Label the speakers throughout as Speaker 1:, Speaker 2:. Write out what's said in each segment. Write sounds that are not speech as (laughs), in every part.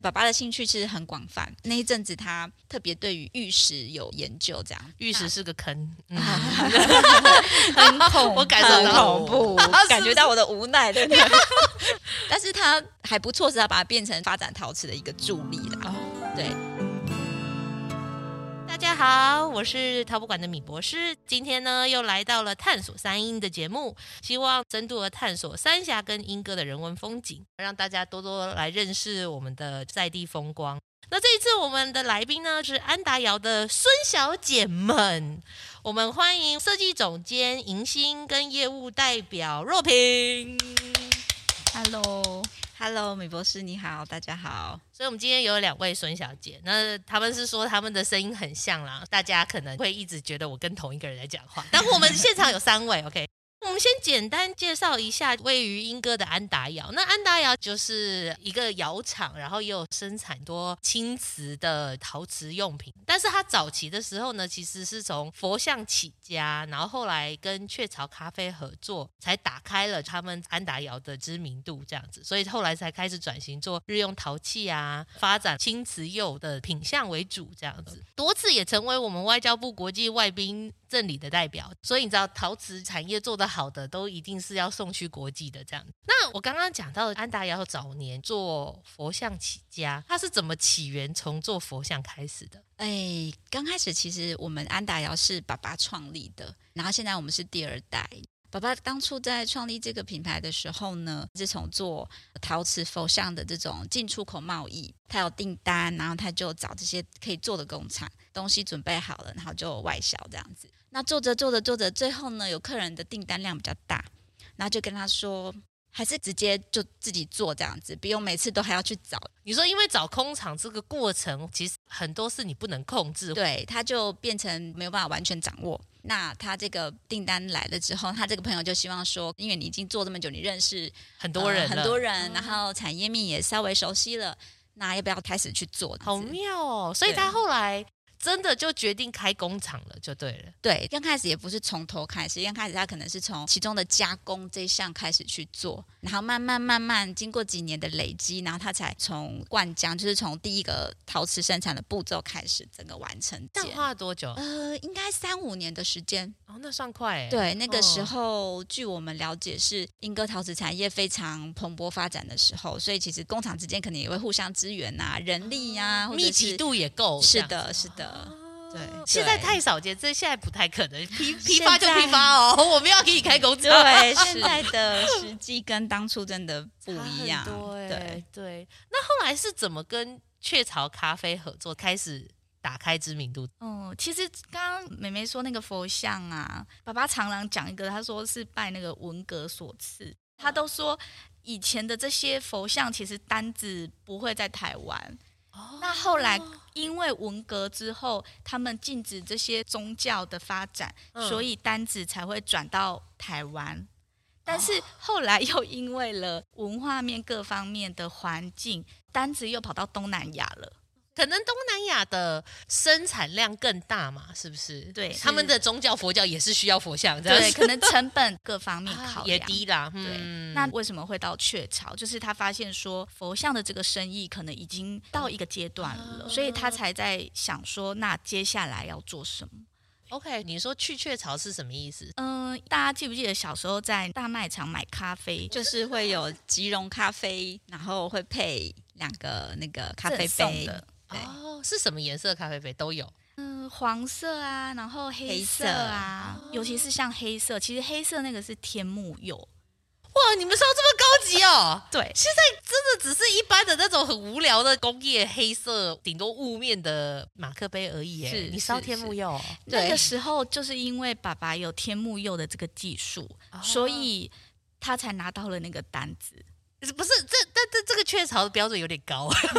Speaker 1: 爸爸的兴趣其实很广泛，那一阵子他特别对于玉石有研究，这样
Speaker 2: 玉石是个坑，嗯、
Speaker 3: 很
Speaker 1: (laughs)
Speaker 3: 恐
Speaker 2: 我感受到
Speaker 3: 很恐怖，
Speaker 1: 感觉到我的无奈的。但是他还不错，是他把它变成发展陶瓷的一个助力啦。
Speaker 2: 哦
Speaker 1: 对，
Speaker 2: (laughs) 大家好，我是陶博馆的米博士，今天呢又来到了探索三英的节目，希望深度的探索三峡跟莺歌的人文风景，让大家多多来认识我们的在地风光。那这一次我们的来宾呢是安达瑶的孙小姐们，我们欢迎设计总监迎新跟业务代表若萍。
Speaker 3: Hello，
Speaker 1: Hello，米博士你好，大家好。
Speaker 2: 所以，我们今天有两位孙小姐，那他们是说他们的声音很像啦，大家可能会一直觉得我跟同一个人在讲话，但我们现场有三位，OK。我们先简单介绍一下位于莺歌的安达窑。那安达窑就是一个窑厂，然后也有生产多青瓷的陶瓷用品。但是它早期的时候呢，其实是从佛像起家，然后后来跟雀巢咖啡合作，才打开了他们安达窑的知名度，这样子。所以后来才开始转型做日用陶器啊，发展青瓷釉的品相为主，这样子。多次也成为我们外交部国际外宾正理的代表，所以你知道陶瓷产业做得好的，都一定是要送去国际的这样。那我刚刚讲到安达尧早年做佛像起家，他是怎么起源从做佛像开始的？
Speaker 1: 哎，刚开始其实我们安达窑是爸爸创立的，然后现在我们是第二代。爸爸当初在创立这个品牌的时候呢，是从做陶瓷佛像的这种进出口贸易，他有订单，然后他就找这些可以做的工厂，东西准备好了，然后就外销这样子。那做着做着做着，最后呢，有客人的订单量比较大，然后就跟他说，还是直接就自己做这样子，不用每次都还要去找
Speaker 2: 你说，因为找工厂这个过程，其实很多是你不能控制。
Speaker 1: 对，他就变成没有办法完全掌握。那他这个订单来了之后，他这个朋友就希望说，因为你已经做这么久，你认识
Speaker 2: 很
Speaker 1: 呃
Speaker 2: 多人了、
Speaker 1: 很多人，然后产业面也稍微熟悉了，那要不要开始去做？
Speaker 2: 好妙哦！所以
Speaker 1: 对
Speaker 2: 他后来真的就决定开工厂了，就对了。
Speaker 1: 对，刚开始也不是从头开始，刚开始他可能是从其中的加工这一项开始去做，然后慢慢慢慢经过几年的累积，然后他才从灌浆，就是从第一个陶瓷生产的步骤开始，整个完成
Speaker 2: 这
Speaker 1: 结
Speaker 2: 样花了多久？
Speaker 1: 呃，应该三五年的时间，
Speaker 2: 哦，那算快哎。
Speaker 1: 对，那个时
Speaker 3: 嗯
Speaker 2: 哦
Speaker 1: 候、据我们了解是英歌陶瓷产业非常蓬勃发展的时候，所以其实工厂之间可能也会互相支援呐、人力
Speaker 3: 哦
Speaker 1: 呀、或者
Speaker 2: 密集
Speaker 1: 是
Speaker 2: 度也够。这
Speaker 1: 是
Speaker 2: 样
Speaker 1: 的，是的，对
Speaker 2: 哦现在太少见，这现在不太可能 (laughs) 批批
Speaker 1: 现
Speaker 2: 发就批
Speaker 1: 在
Speaker 2: 发 (laughs) 哦，我们要给你开工资。(laughs)
Speaker 3: (laughs)
Speaker 1: 对现在的时机跟当初真的不
Speaker 2: 差
Speaker 1: 一
Speaker 2: 很
Speaker 1: 样，
Speaker 2: 多欸
Speaker 1: 对。
Speaker 2: 对。那后来是怎么跟雀巢咖啡合作，开始打开知名度？
Speaker 3: 嗯，其实刚刚妹妹说那个佛像啊，爸爸常常讲一个，他说是拜那个文革所赐，他
Speaker 1: 嗯
Speaker 3: 都说以前的这些佛像其实单子不会在台湾，
Speaker 2: 哦
Speaker 3: 那后来因为文革之后，他们禁止这些宗教的发展，
Speaker 2: 嗯
Speaker 3: 所以单子才会转到台
Speaker 1: 哦
Speaker 3: 湾。但是后来又因为了文化面各方面的环境，单子又跑到东南亚了。
Speaker 2: 可能东南亚的生产量更大嘛，是不是？
Speaker 3: 对
Speaker 2: 他们的宗教佛教也是需要佛像，这样 (laughs)
Speaker 3: 对，
Speaker 2: 子
Speaker 3: 可能成本各方面
Speaker 2: 啊
Speaker 3: 考
Speaker 2: 也
Speaker 3: 量。
Speaker 2: 低啦。
Speaker 3: 对
Speaker 2: 嗯，
Speaker 3: 那为什么会到雀巢？就是他发现说佛像的这个生意可能已经到一个阶段了，
Speaker 2: 啊
Speaker 3: 所以他才在想说，那接下来要做什么？
Speaker 2: OK，你说去雀巢是什么意思？
Speaker 3: 嗯、大家记不记得小时候在大卖场买咖啡，
Speaker 1: 就是会有即溶咖啡，然后会配两个那个咖啡
Speaker 3: 赠送
Speaker 1: 杯，
Speaker 3: 的，
Speaker 1: 对
Speaker 2: 哦，是什么颜色的咖啡杯都有。
Speaker 3: 嗯、黄色啊，然后黑色啊，尤其是像黑色，其实黑色那个是天目釉，
Speaker 2: 哇，你们烧这么高级哦！
Speaker 3: 对，
Speaker 2: 现在真的只是一般的那种很无聊的工业黑色，顶多雾面的马克杯而已耶。
Speaker 3: 是
Speaker 2: 你烧
Speaker 3: 是
Speaker 2: 天
Speaker 3: 是
Speaker 2: 目釉哦，
Speaker 3: 那
Speaker 1: 对
Speaker 3: 个时候就是因为爸爸有天目釉的这个技术，
Speaker 2: 哦
Speaker 3: 所以他才拿到了那个单子。
Speaker 2: 不是这但这这个雀巢的标准有点高。
Speaker 3: 呃，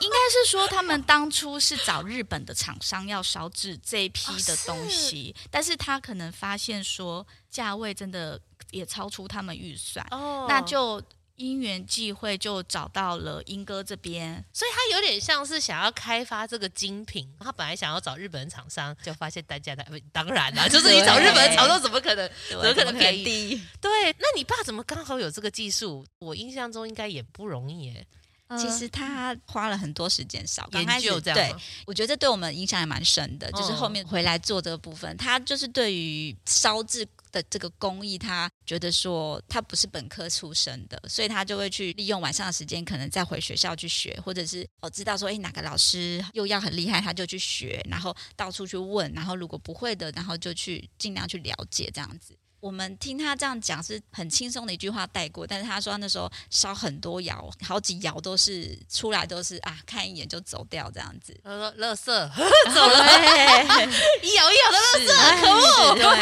Speaker 3: 应该是说他们当初是找日本的厂商要烧制这一批的东西，但是他可能发现说价位真的也超出他们预算，
Speaker 2: (laughs) 哦
Speaker 3: 那就。因缘际会就找到了英哥这边，
Speaker 2: 所以他有点像是想要开发这个精品，他本来想要找日本厂商，就发现单价太呃当然啦，就是你找日本厂商怎么可能？
Speaker 1: 对
Speaker 2: 怎么可能
Speaker 1: 怎
Speaker 2: 便宜
Speaker 1: 低？
Speaker 2: 对，那你爸怎么刚好有这个技术？我印象中应该也不容易耶。
Speaker 3: 呃
Speaker 1: 其实他花了很多时间扫，刚开
Speaker 2: 研
Speaker 1: 始
Speaker 2: 究这样
Speaker 1: 对
Speaker 2: 吗，
Speaker 1: 我觉得这对我们影响也蛮深的。就是
Speaker 2: 嗯。
Speaker 1: 后面回来做这个部分，他就是对于烧制的这个工艺，他觉得说他不是本科出身的，所以他就会去利用晚上的时间，可能再回学校去学，或者是哦知道说，哎哪个老师又要很厉害，他就去学，然后到处去问，然后如果不会的，然后就去尽量去了解这样子。我们听他这样讲是很轻松的一句话带过，但是他说他那时候烧很多窑，好几窑都是出来都是啊，看一眼就走掉这样 (laughs) 子
Speaker 2: 他说：“垃圾，
Speaker 1: 走了，
Speaker 2: 一咬一咬的垃圾。”
Speaker 1: 可 (laughs) 恶！对，
Speaker 2: 我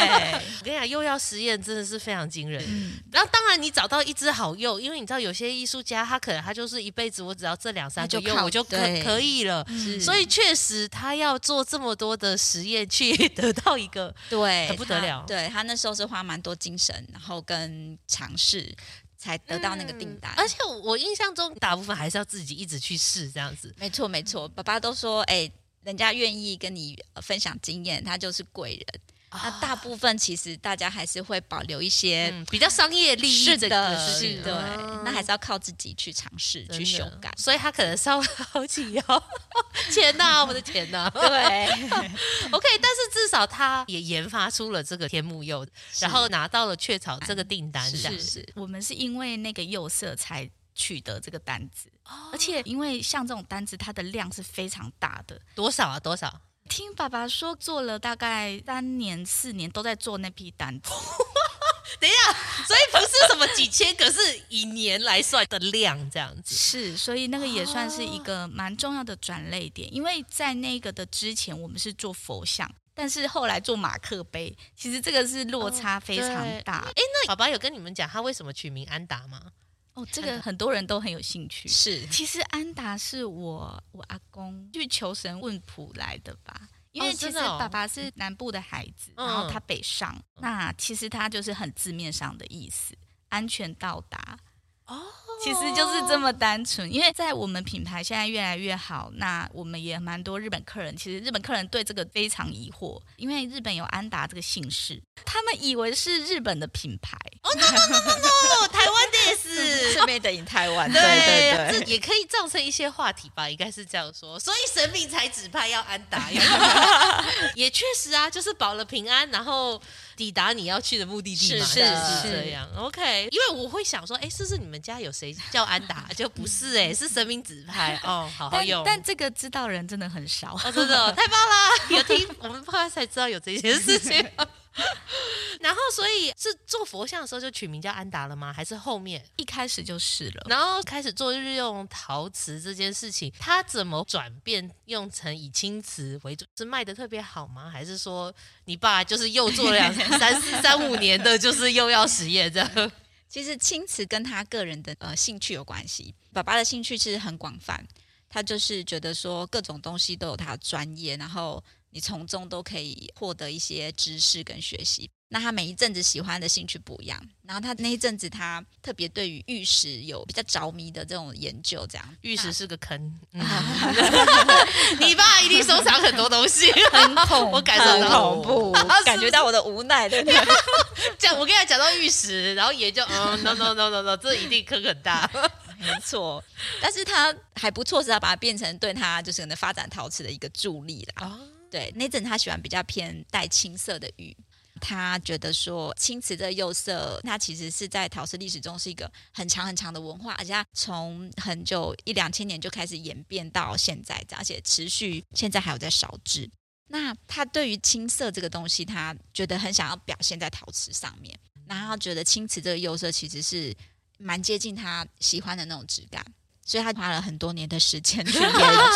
Speaker 2: 跟你讲，幼药实验真的是非常惊人。
Speaker 3: 嗯
Speaker 2: 然后，当然你找到一只好幼，因为你知道有些艺术家，他可能他就是一辈子，我只要这两三个
Speaker 1: 那就
Speaker 2: 幼
Speaker 1: 靠
Speaker 2: 我就可
Speaker 1: 对嗯
Speaker 2: 可以了。
Speaker 1: 是
Speaker 2: 所以确实，他要做这么多的实验去 (laughs) 得到一个，
Speaker 1: 对，
Speaker 2: 很不得
Speaker 1: 他
Speaker 2: 了
Speaker 1: 对他那时候是花蛮多精神，然后跟尝试才得到那个订单。
Speaker 2: 嗯而且我印象中大部分还是要自己一直去试这样子。
Speaker 1: 没错没错，爸爸都说，哎、人家愿意跟你呃分享经验，他就是贵人。那大部分其实大家还是会保留一些
Speaker 2: 嗯，比较商业利益
Speaker 1: 是
Speaker 2: 这
Speaker 1: 的
Speaker 2: 个事情，
Speaker 1: 对
Speaker 2: 哦，
Speaker 1: 那还是要靠自己去尝试、
Speaker 2: 真
Speaker 1: 去
Speaker 2: 的。
Speaker 1: 修改
Speaker 2: 所以他可能稍微好几 (laughs) 腰钱呐、我的钱
Speaker 1: (laughs)
Speaker 2: 呐、
Speaker 1: 对，
Speaker 2: (laughs) OK，但是至少他也研发出了这个天目釉，然后拿到了雀巢这个订单，这样
Speaker 1: 是
Speaker 2: 子。
Speaker 1: 是，
Speaker 3: 我们是因为那个釉色才取得这个单子，
Speaker 1: 哦
Speaker 3: 而且因为像这种单子，它的量是非常大的。
Speaker 2: 多少啊？多少？
Speaker 3: 听爸爸说，做了大概三年四年都在做那批单子，
Speaker 2: (laughs) 等一下，所以不是什么几千个，是以年来算的量这样子。
Speaker 3: 是，所以那个也算是一个蛮重要的转类点，因为在那个的之前，我们是做佛像，但是后来做马克杯，其实这个是落差非常大
Speaker 2: 哎，那爸爸有跟你们讲他为什么取名安达吗？
Speaker 3: 哦，这个很多人都很有兴趣。
Speaker 1: 是
Speaker 3: 其实安达是我我阿公去求神问卜来的吧。因为
Speaker 2: 哦
Speaker 3: 其
Speaker 2: 真
Speaker 3: 实
Speaker 2: 的哦
Speaker 3: 爸爸是南部的孩子，
Speaker 2: 嗯
Speaker 3: 然后他北上，那其实他就是很字面上的意思，安全到达。哦，其实就是这么单纯。因为在我们品牌现在越来越好，那我们也蛮多日本客人，其实日本客人对这个非常疑惑，因为日本有安达这个姓氏，他们以为是日本的品牌。
Speaker 2: 哦，台湾的 (laughs) 是。
Speaker 1: 是 made in 台 (laughs) 湾，
Speaker 2: 这也可以造成一些话题吧，应该是这样说。所以神明才指派要安达，有没有 (laughs) 也确实啊，就是保了平安，然后抵达你要去的目的地嘛，
Speaker 1: 是
Speaker 2: 就是
Speaker 1: 是
Speaker 2: 这样。OK，因为我会想说，哎，是不是你们家有谁叫安达？就不是
Speaker 1: (laughs)
Speaker 2: 哎、是神明指派哦，好好
Speaker 3: 但
Speaker 2: 用。
Speaker 3: 但这个知道人真的很少。
Speaker 2: 哦，真
Speaker 1: (laughs)
Speaker 2: 的哦、太棒啦！有听我们后来才知道有这件事情。 (laughs) 然后，所以是做佛像的时候就取名叫安达了吗？还是后面？
Speaker 3: (laughs) 一开始就是了。
Speaker 2: 然后开始做日用陶瓷这件事情，它怎么转变用成以青瓷为主？是卖的特别好吗？还是说你爸就是又做
Speaker 1: (laughs)
Speaker 2: 了两三四三五年的，就是又要实验这样？
Speaker 1: 其实青瓷跟他个人的呃兴趣有关系。爸爸的兴趣其实很广泛，他就是觉得说各种东西都有他的专业，然后你从中都可以获得一些知识跟学习。那他每一阵子喜欢的兴趣不一样，然后他那一阵子他特别对于玉石有比较着迷的这种研究，这样
Speaker 2: 玉石是个坑，嗯、
Speaker 1: 啊
Speaker 2: (laughs) 你爸一定收藏很多东西，很恐我感受到，
Speaker 1: 很恐怖
Speaker 2: (laughs) 啊
Speaker 1: (laughs) 感觉到我的无奈，对不对？
Speaker 2: 讲，我跟他讲到玉石，然后也就嗯，no no no no no，这一定坑很大。
Speaker 1: 没错，但是他还不错，是他把它变成对他就是可能发展陶瓷的一个助力啦。
Speaker 2: 哦
Speaker 1: 对，那阵他喜欢比较偏带青色的鱼，他觉得说青瓷的釉色，它其实是在陶瓷历史中是一个很长很长的文化，而且它从很久一两千年就开始演变到现在，这样而且持续现在还有在烧制。那他对于青色这个东西，他觉得很想要表现在陶瓷上面，然后他觉得青瓷这个釉色其实是蛮接近他喜欢的那种质感，所以他花了很多年的时间 (laughs) 去研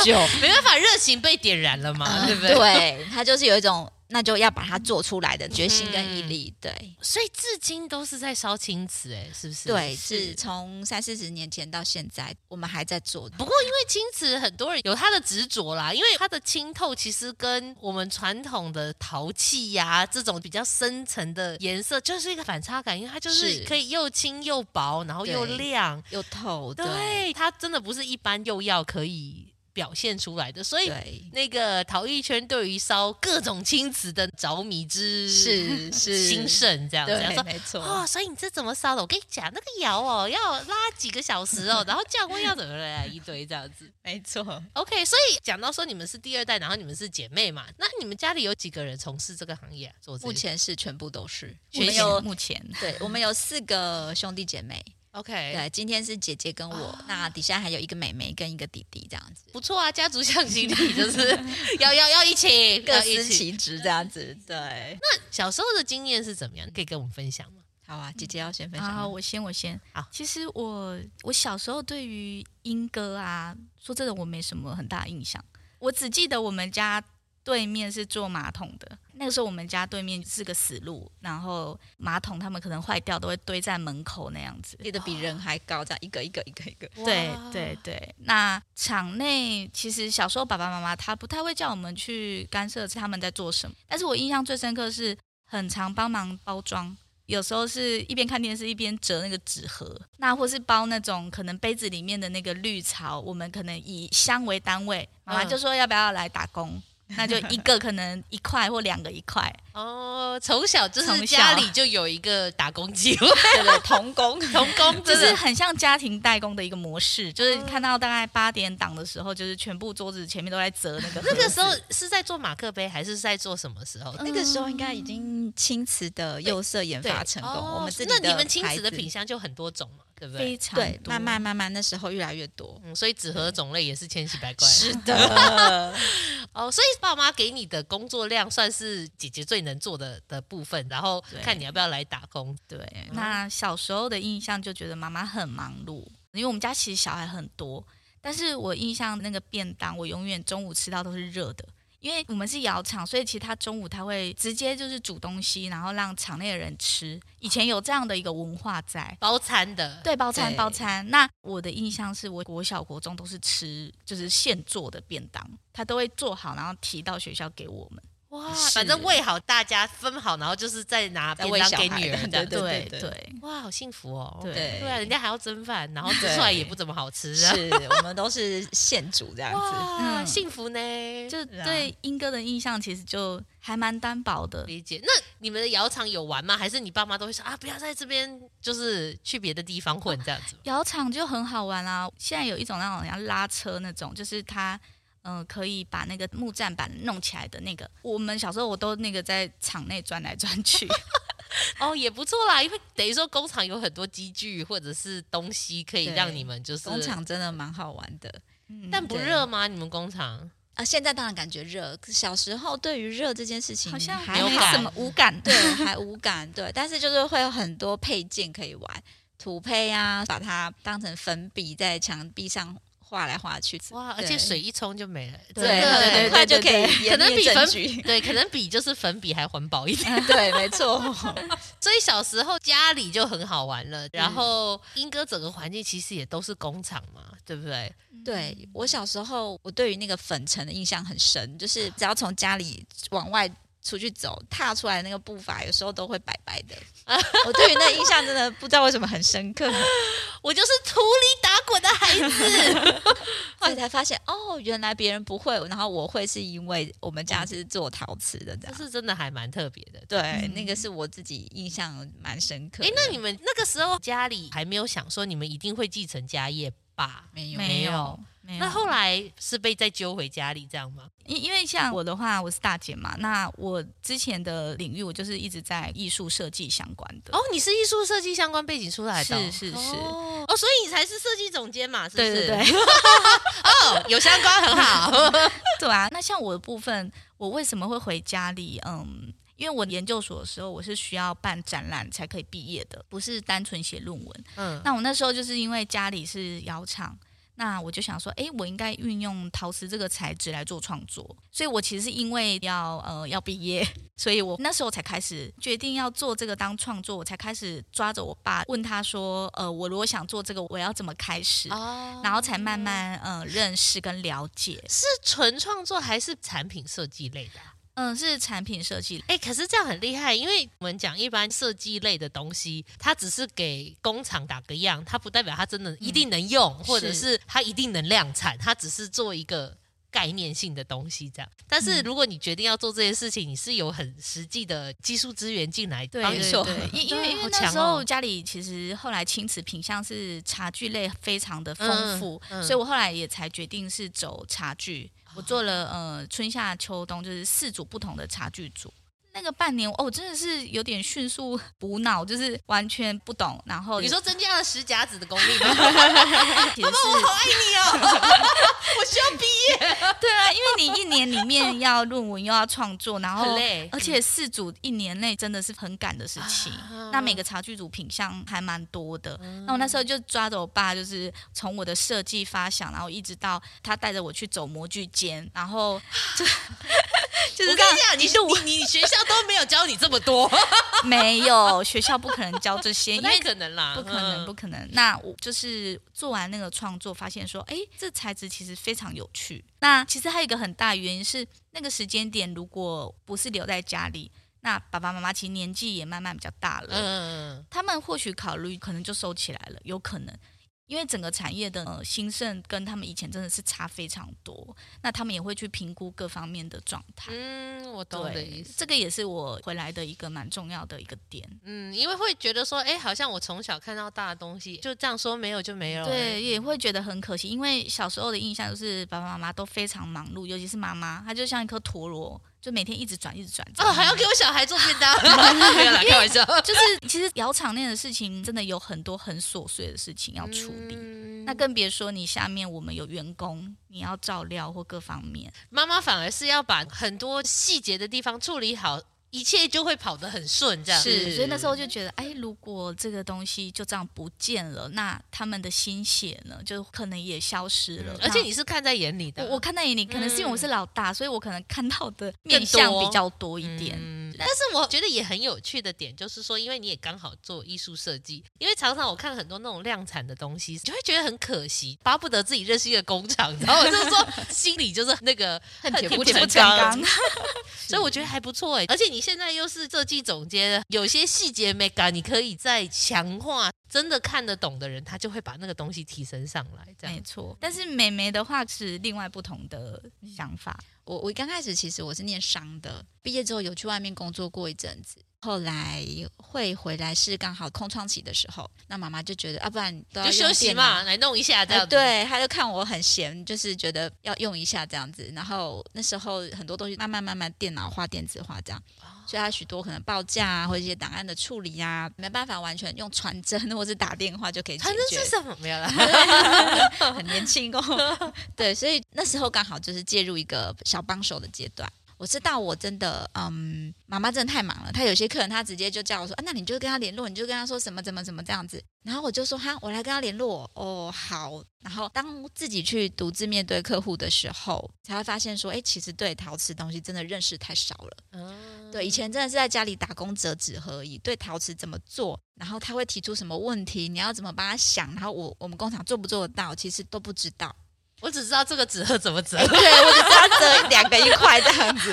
Speaker 1: 究。嗯
Speaker 2: 没办法，热情被点燃了嘛，对不对？
Speaker 1: (laughs) 对，他就是有一种那就要把它做出来的决心跟毅
Speaker 2: 嗯
Speaker 1: 力。对
Speaker 2: 所以至今都是在烧青瓷，哎，是不是？
Speaker 1: 对，是从三四十年前到现在，我们还在做。
Speaker 2: 不过，因为青瓷很多人有他的执着啦，因为它的清透其实跟我们传统的陶器呀、这种比较深层的颜色，就是一个反差感，因为它就是
Speaker 1: 是
Speaker 2: 可以又轻又薄，然后又
Speaker 1: 对
Speaker 2: 亮。
Speaker 1: 又透，
Speaker 2: 对，它真的不是一般釉药可以表现出来的，所以
Speaker 1: 对，
Speaker 2: 那个陶艺圈对于烧各种青瓷的着迷之
Speaker 1: 是是
Speaker 2: 兴盛，这样子，
Speaker 1: 对
Speaker 2: 然，后说。
Speaker 1: 没错，
Speaker 2: 哦，所以你这怎么烧的？我跟你讲，那个窑哦，要拉几个小时 (laughs) 哦，然后降温要怎么来一堆这样子。
Speaker 1: 没错。
Speaker 2: OK，所以讲到说你们是第二代，然后你们是姐妹嘛，那你们家里有几个人从事这个行业、啊？做这个
Speaker 1: 目前是全部都是， (laughs) 我
Speaker 3: 目
Speaker 1: 们
Speaker 3: 前
Speaker 1: 有
Speaker 3: 目前
Speaker 1: 对，我们有四个兄弟姐妹，
Speaker 2: OK，
Speaker 1: 对，今天是姐姐跟我，那底下还有一个妹妹跟一个弟弟，这样子，
Speaker 2: 不错啊，家族向心力就是 (laughs) 要要要一起，
Speaker 1: 各
Speaker 2: 要一
Speaker 1: 司
Speaker 2: 起。
Speaker 1: 其职，这样子，对。
Speaker 2: 那小时候的经验是怎么样？可以跟我们分享吗？
Speaker 1: 好啊，姐姐要先分享
Speaker 3: 啊，
Speaker 1: 吗，
Speaker 3: 我先我先。
Speaker 2: 好
Speaker 3: 其实我我小时候对于英歌啊，说真的我没什么很大的印象，我只记得我们家对面是做马桶的。那个时候我们家对面是个死路，然后马桶他们可能坏掉都会堆在门口那样子。
Speaker 1: 立得比人还高，这样一个一个一个一 (laughs) 个，
Speaker 3: 对
Speaker 2: 哇
Speaker 3: 对对，那场内其实小时候爸爸妈妈他不太会叫我们去干涉他们在做什么，但是我印象最深刻的是很常帮忙包装，有时候是一边看电视一边折那个纸盒，那或是包那种可能杯子里面的那个绿槽，我们可能以箱为单位，妈妈
Speaker 2: 嗯
Speaker 3: 就说要不要来
Speaker 2: (laughs)
Speaker 3: 打工，那就一个可能一块或两个一块，
Speaker 2: 哦，从小就是
Speaker 3: 从小
Speaker 2: 家里就有一个打工机会，
Speaker 1: 对对，童 (laughs) 工，
Speaker 2: 童工
Speaker 3: 就
Speaker 2: (laughs) 真
Speaker 3: 是
Speaker 2: 的嗯
Speaker 3: 很像家庭代工的一个模式，就是看到大概八点档的时候，就是全部桌子前面都在折那个盒子，
Speaker 2: 那个时候是在做马克杯，还是在做什么时候？
Speaker 1: 那个时候应该已经青瓷的釉色研发成功，
Speaker 2: 哦
Speaker 1: 我们自己
Speaker 2: 那
Speaker 1: 的
Speaker 2: 你们亲子的
Speaker 1: 牌子
Speaker 2: 品相就很多种嘛，对不对？
Speaker 3: 非常
Speaker 1: 对，
Speaker 3: 多
Speaker 1: 慢慢慢慢那时候越来越 (laughs) 多，
Speaker 2: 嗯，所以纸盒种类也是千奇百怪。啊
Speaker 1: 的，
Speaker 2: 哦，所以爸妈给你的工作量算是姐姐最能做的的部分，然后
Speaker 3: 对
Speaker 2: 看你要不要来打工。
Speaker 3: 对，那小时候的印象就觉得妈妈很忙碌，因为我们家其实小孩很多，但是我印象那个便当，我永远中午吃到都是热的。因为我们是窑厂，所以其实他中午他会直接就是煮东西，然后让厂内的人吃。以前有这样的一个文化在，
Speaker 2: 包餐的，
Speaker 3: 对，包餐
Speaker 1: 对
Speaker 3: 包餐。那我的印象是我国小国中都是吃就是现做的便当，他都会做好，然后提到学校给我们。
Speaker 2: 哇，
Speaker 1: 是
Speaker 2: 反正喂好大家分好，然后就是再拿
Speaker 1: 再
Speaker 2: 便
Speaker 1: 喂
Speaker 2: 当
Speaker 1: 小
Speaker 2: 给
Speaker 1: 孩
Speaker 2: 女儿这
Speaker 1: 对
Speaker 2: 样子。
Speaker 1: 对对
Speaker 3: 对对
Speaker 2: 哇，好幸福哦！
Speaker 3: 对
Speaker 1: 对
Speaker 2: 对啊，人家还要蒸饭，然后吃
Speaker 1: 对
Speaker 2: 出来也不怎么好吃啊。
Speaker 1: (laughs) (laughs) 是我们都是现煮这样子，
Speaker 2: 哇，
Speaker 3: 嗯
Speaker 2: 幸福呢！就
Speaker 3: 就是
Speaker 1: 啊
Speaker 3: 对英哥的印象其实就还蛮单薄的。
Speaker 2: 理解。那你们的窑厂有玩吗？还是你爸妈都会说啊，不要在这边，就是去别的地方混这样
Speaker 3: (laughs)
Speaker 2: 子？
Speaker 3: 窑厂就很好玩啦、现在有一种那种人家拉车那种，就是它。嗯、可以把那个木栈板弄起来的那个，我们小时候我都那个在厂内转来转 (laughs) 去，
Speaker 2: 哦，也不错啦，因为等于说工厂有很多机具或者是东西可以
Speaker 1: 对
Speaker 2: 让你们就是
Speaker 1: 工，厂真的蛮好玩的。
Speaker 3: 嗯
Speaker 2: 但不
Speaker 1: 对
Speaker 2: 热吗？你们工厂？
Speaker 1: 啊，现在当然感觉热，可小时候对于热这件事情
Speaker 3: 好像
Speaker 1: 还
Speaker 2: 没有
Speaker 3: 没
Speaker 2: 感
Speaker 3: 什么无感。 (laughs)
Speaker 1: 对，还无感，对，但是就是会有很多配件可以玩，土坯啊，把它当成粉笔在墙壁上画来画去，
Speaker 2: 哇，而
Speaker 1: 对
Speaker 2: 且水一冲就没了，
Speaker 1: 对，
Speaker 2: 真的
Speaker 1: 很
Speaker 3: 对
Speaker 1: 快就可以湮
Speaker 2: 可能
Speaker 1: 灭
Speaker 2: 比
Speaker 1: 证
Speaker 2: 粉
Speaker 1: 据。
Speaker 2: 对，可能比就是粉笔还环保一点。
Speaker 1: (laughs)
Speaker 2: (laughs)
Speaker 1: 对，没
Speaker 3: (laughs)
Speaker 1: 错，
Speaker 2: 所以小时候家里就很好玩了，然后英哥整个环境其实也都是工厂嘛，对不对？
Speaker 3: 嗯
Speaker 1: 对我小时候，我对于那个粉尘的印象很深，就是只要从家里往外出去走，踏出来那个步伐，有时候都会白
Speaker 3: (laughs)
Speaker 1: 白的。我对于那个印象真的不知道为什么很深刻，
Speaker 2: 我就是土里打滚的孩子。
Speaker 1: 后来才发现哦，原来别人不会，然后我会是因为我们家是做陶瓷的，这
Speaker 2: 这
Speaker 1: 样。
Speaker 2: 是真的还蛮特别的。
Speaker 1: 对，
Speaker 3: 嗯
Speaker 1: 那个是我自己印象蛮深刻的。
Speaker 2: 哎，那你们那个时候家里还没有想说你们一定会继承家业吧？
Speaker 1: 没有？
Speaker 3: 没
Speaker 2: 没
Speaker 3: 有
Speaker 2: 有，
Speaker 3: 没有。
Speaker 2: 那后来是被再揪回家里这样吗？
Speaker 3: 因因为像我的话，我是大姐嘛，那我之前的领域我就是一直在艺术设计相关的。
Speaker 2: 哦，你是艺术设计相关背景出来的哦、
Speaker 3: 是是是
Speaker 2: 哦，哦所以你才是设计总监嘛，是不
Speaker 3: 对
Speaker 2: 是？
Speaker 3: 对对，
Speaker 2: (laughs) 哦，有相关很好。
Speaker 3: 对啊，那像我的部分，我为什么会回家里？嗯，因为我研究所的时候，我是需要办展览才可以毕业的，不是单纯写论文。
Speaker 2: (laughs) 嗯，
Speaker 3: 那我那时候就是因为家里是窑厂，那我就想说，诶，我应该运用陶瓷这个材质来做创作。所以我其实是因为要呃要毕业，所以我那时候才开始决定要做这个当创作，我才开始抓着我爸问他说，呃，我如果想做这个，我要怎么开始？
Speaker 2: 哦
Speaker 3: 然后才慢慢呃认识跟了解。
Speaker 2: 是纯创作还是产品设计类的啊？
Speaker 3: 嗯，是产品设计。
Speaker 2: 哎、可是这样很厉害，因为我们讲一般设计类的东西，它只是给工厂打个样，它不代表它真的一定能用，或者嗯是它一定能量产，它只是做一个。概念性的东西这样，但是
Speaker 3: 嗯
Speaker 2: 如果你决定要做这些事情，你是有很实际的技术资源进来
Speaker 3: 对
Speaker 2: 帮你
Speaker 3: 对
Speaker 2: 做， (laughs)
Speaker 3: 对，因因为
Speaker 2: 对
Speaker 3: 因
Speaker 2: 好
Speaker 3: 为那
Speaker 2: 强
Speaker 3: 时候
Speaker 2: 哦
Speaker 3: 家里其实后来亲子品相是茶具类非常的丰富，
Speaker 2: 嗯嗯
Speaker 3: 所以我后来也才决定是走茶具。我做了呃春夏秋冬，就是四组不同的茶具组。那个半年哦，真的是有点迅速 (laughs) 补脑，就是完全不懂。然后
Speaker 2: 你说增加了石甲子的功 (laughs) 力吗？
Speaker 3: 其实是
Speaker 2: 爱你哦，
Speaker 3: (laughs)
Speaker 2: 我需要毕业，
Speaker 3: 对啊，因为你一年里面要论文又要创作，然后
Speaker 2: 很累嗯
Speaker 3: 而且四组一年内真的是很赶的事情。
Speaker 2: 啊嗯
Speaker 3: 那每个茶具组品相还蛮多的。那我那时候就抓着我爸，就是从我的设计发想，然后一直到他带着我去走模具间，然后 (laughs) 就就
Speaker 2: 我
Speaker 3: 是
Speaker 2: 跟
Speaker 3: 这样
Speaker 2: 你讲，你
Speaker 3: 一路
Speaker 2: 你你学校都没有教你这么 (laughs) 多，
Speaker 3: 没有学校不可能教这些，
Speaker 2: 不
Speaker 3: 因
Speaker 2: 太
Speaker 3: 为
Speaker 2: 可能啦，
Speaker 3: 不可能，
Speaker 2: 嗯
Speaker 3: 不可能。那我就是做完那个创作，发现说，哎，这材质其实非常有趣。那其实还有一个很大的原因是，那个时间点如果不是留在家里，那爸爸妈妈其实年纪也慢慢比较大了，
Speaker 2: 嗯，
Speaker 3: 他们或许考虑可能就收起来了，有可能。因为整个产业的呃兴盛跟他们以前真的是差非常多，那他们也会去评估各方面的状态。
Speaker 2: 嗯，我懂的意
Speaker 3: 对
Speaker 2: 思，。
Speaker 3: 这个也是我回来的一个蛮重要的一个点。
Speaker 2: 嗯，因为会觉得说，哎，好像我从小看到大的东西，就这样说没有就没有。
Speaker 3: 对，也会觉得很可惜，因为小时候的印象就是爸爸妈妈都非常忙碌，尤其是妈妈，她就像一颗陀螺，就每天一直转，一直转。
Speaker 2: 哦，还要给我小孩做便当，
Speaker 3: (laughs)
Speaker 2: (laughs) 没有啦，开玩笑，
Speaker 3: 就是其实窑厂内的事情，真的有很多很琐碎的事情要处理。
Speaker 2: 嗯
Speaker 3: 那更别说你下面我们有员工，你要照料或各方面。
Speaker 2: 妈妈反而是要把很多细节的地方处理好，一切就会跑得很顺，这样
Speaker 3: 是，所以那时候就觉得，哎，如果这个东西就这样不见了，那他们的心血呢，就可能也消失了。
Speaker 2: 而且
Speaker 3: 那
Speaker 2: 你是看在眼里的，
Speaker 3: 我我看到你，可能是因为我是老大，所以我可能看到的面
Speaker 2: 更
Speaker 3: 相
Speaker 2: 多
Speaker 3: 比较多一点。
Speaker 2: 嗯但是我觉得也很有趣的点就是说，因为你也刚好做艺术设计，因为常常我看很多那种量产的东西，就会觉得很可惜，巴不得自己认识一个工厂，然后我就说 (laughs) 心里就是那个
Speaker 3: 恨
Speaker 2: 铁
Speaker 3: 铁
Speaker 2: 不
Speaker 3: 不
Speaker 2: 成
Speaker 3: 成
Speaker 2: 钢 (laughs)
Speaker 3: 钢。
Speaker 2: 所以我觉得
Speaker 1: 嗯
Speaker 2: 还不错哎，而且你现在又是设计总监，有些细节美感你可以再强化，真的看得懂的人他就会把那个东西提升上来，这样
Speaker 3: 没。错，但是美眉的话是另外不同的想法。
Speaker 1: 我我刚开始其实我是念商的，毕业之后有去外面工作过一阵子，后来会回来是刚好空窗期的时候，那妈妈就觉得，啊，不然都要
Speaker 2: 就
Speaker 1: 用
Speaker 2: 休息
Speaker 1: 电脑
Speaker 2: 嘛，。来弄一下这
Speaker 1: 哎，
Speaker 2: 样子。
Speaker 1: 对，她就看我很闲，就是觉得要用一下这样子。然后那时候很多东西慢慢慢慢电脑化、电子化这样，所以它许多可能报价啊，或者一些档案的处理啊，没办法完全用传真或者是打电话就可以解
Speaker 2: 反正
Speaker 1: 决。
Speaker 2: 是什么没有啦。
Speaker 1: (laughs) 很年轻哦。对，所以那时候刚好就是介入一个小帮手的阶段。我知道我真的，嗯，妈妈真的太忙了。她有些客人，她直接就叫我说啊，那你就跟她联络，你就跟她说什么怎么怎么这样子。然后我就说哈，我来跟她联络哦，好。然后当自己去独自面对客户的时候，才会发现说，哎，其实对陶瓷东西真的认识太少了。
Speaker 2: 嗯
Speaker 1: 对，以前真的是在家里打工折纸盒而已。对陶瓷怎么做，然后他会提出什么问题，你要怎么帮他想，然后我我们工厂做不做得到，其实都不知道。 (laughs)
Speaker 2: 我只知道这个纸鹤怎么折，
Speaker 1: 对，我只知道折两个一块这样子。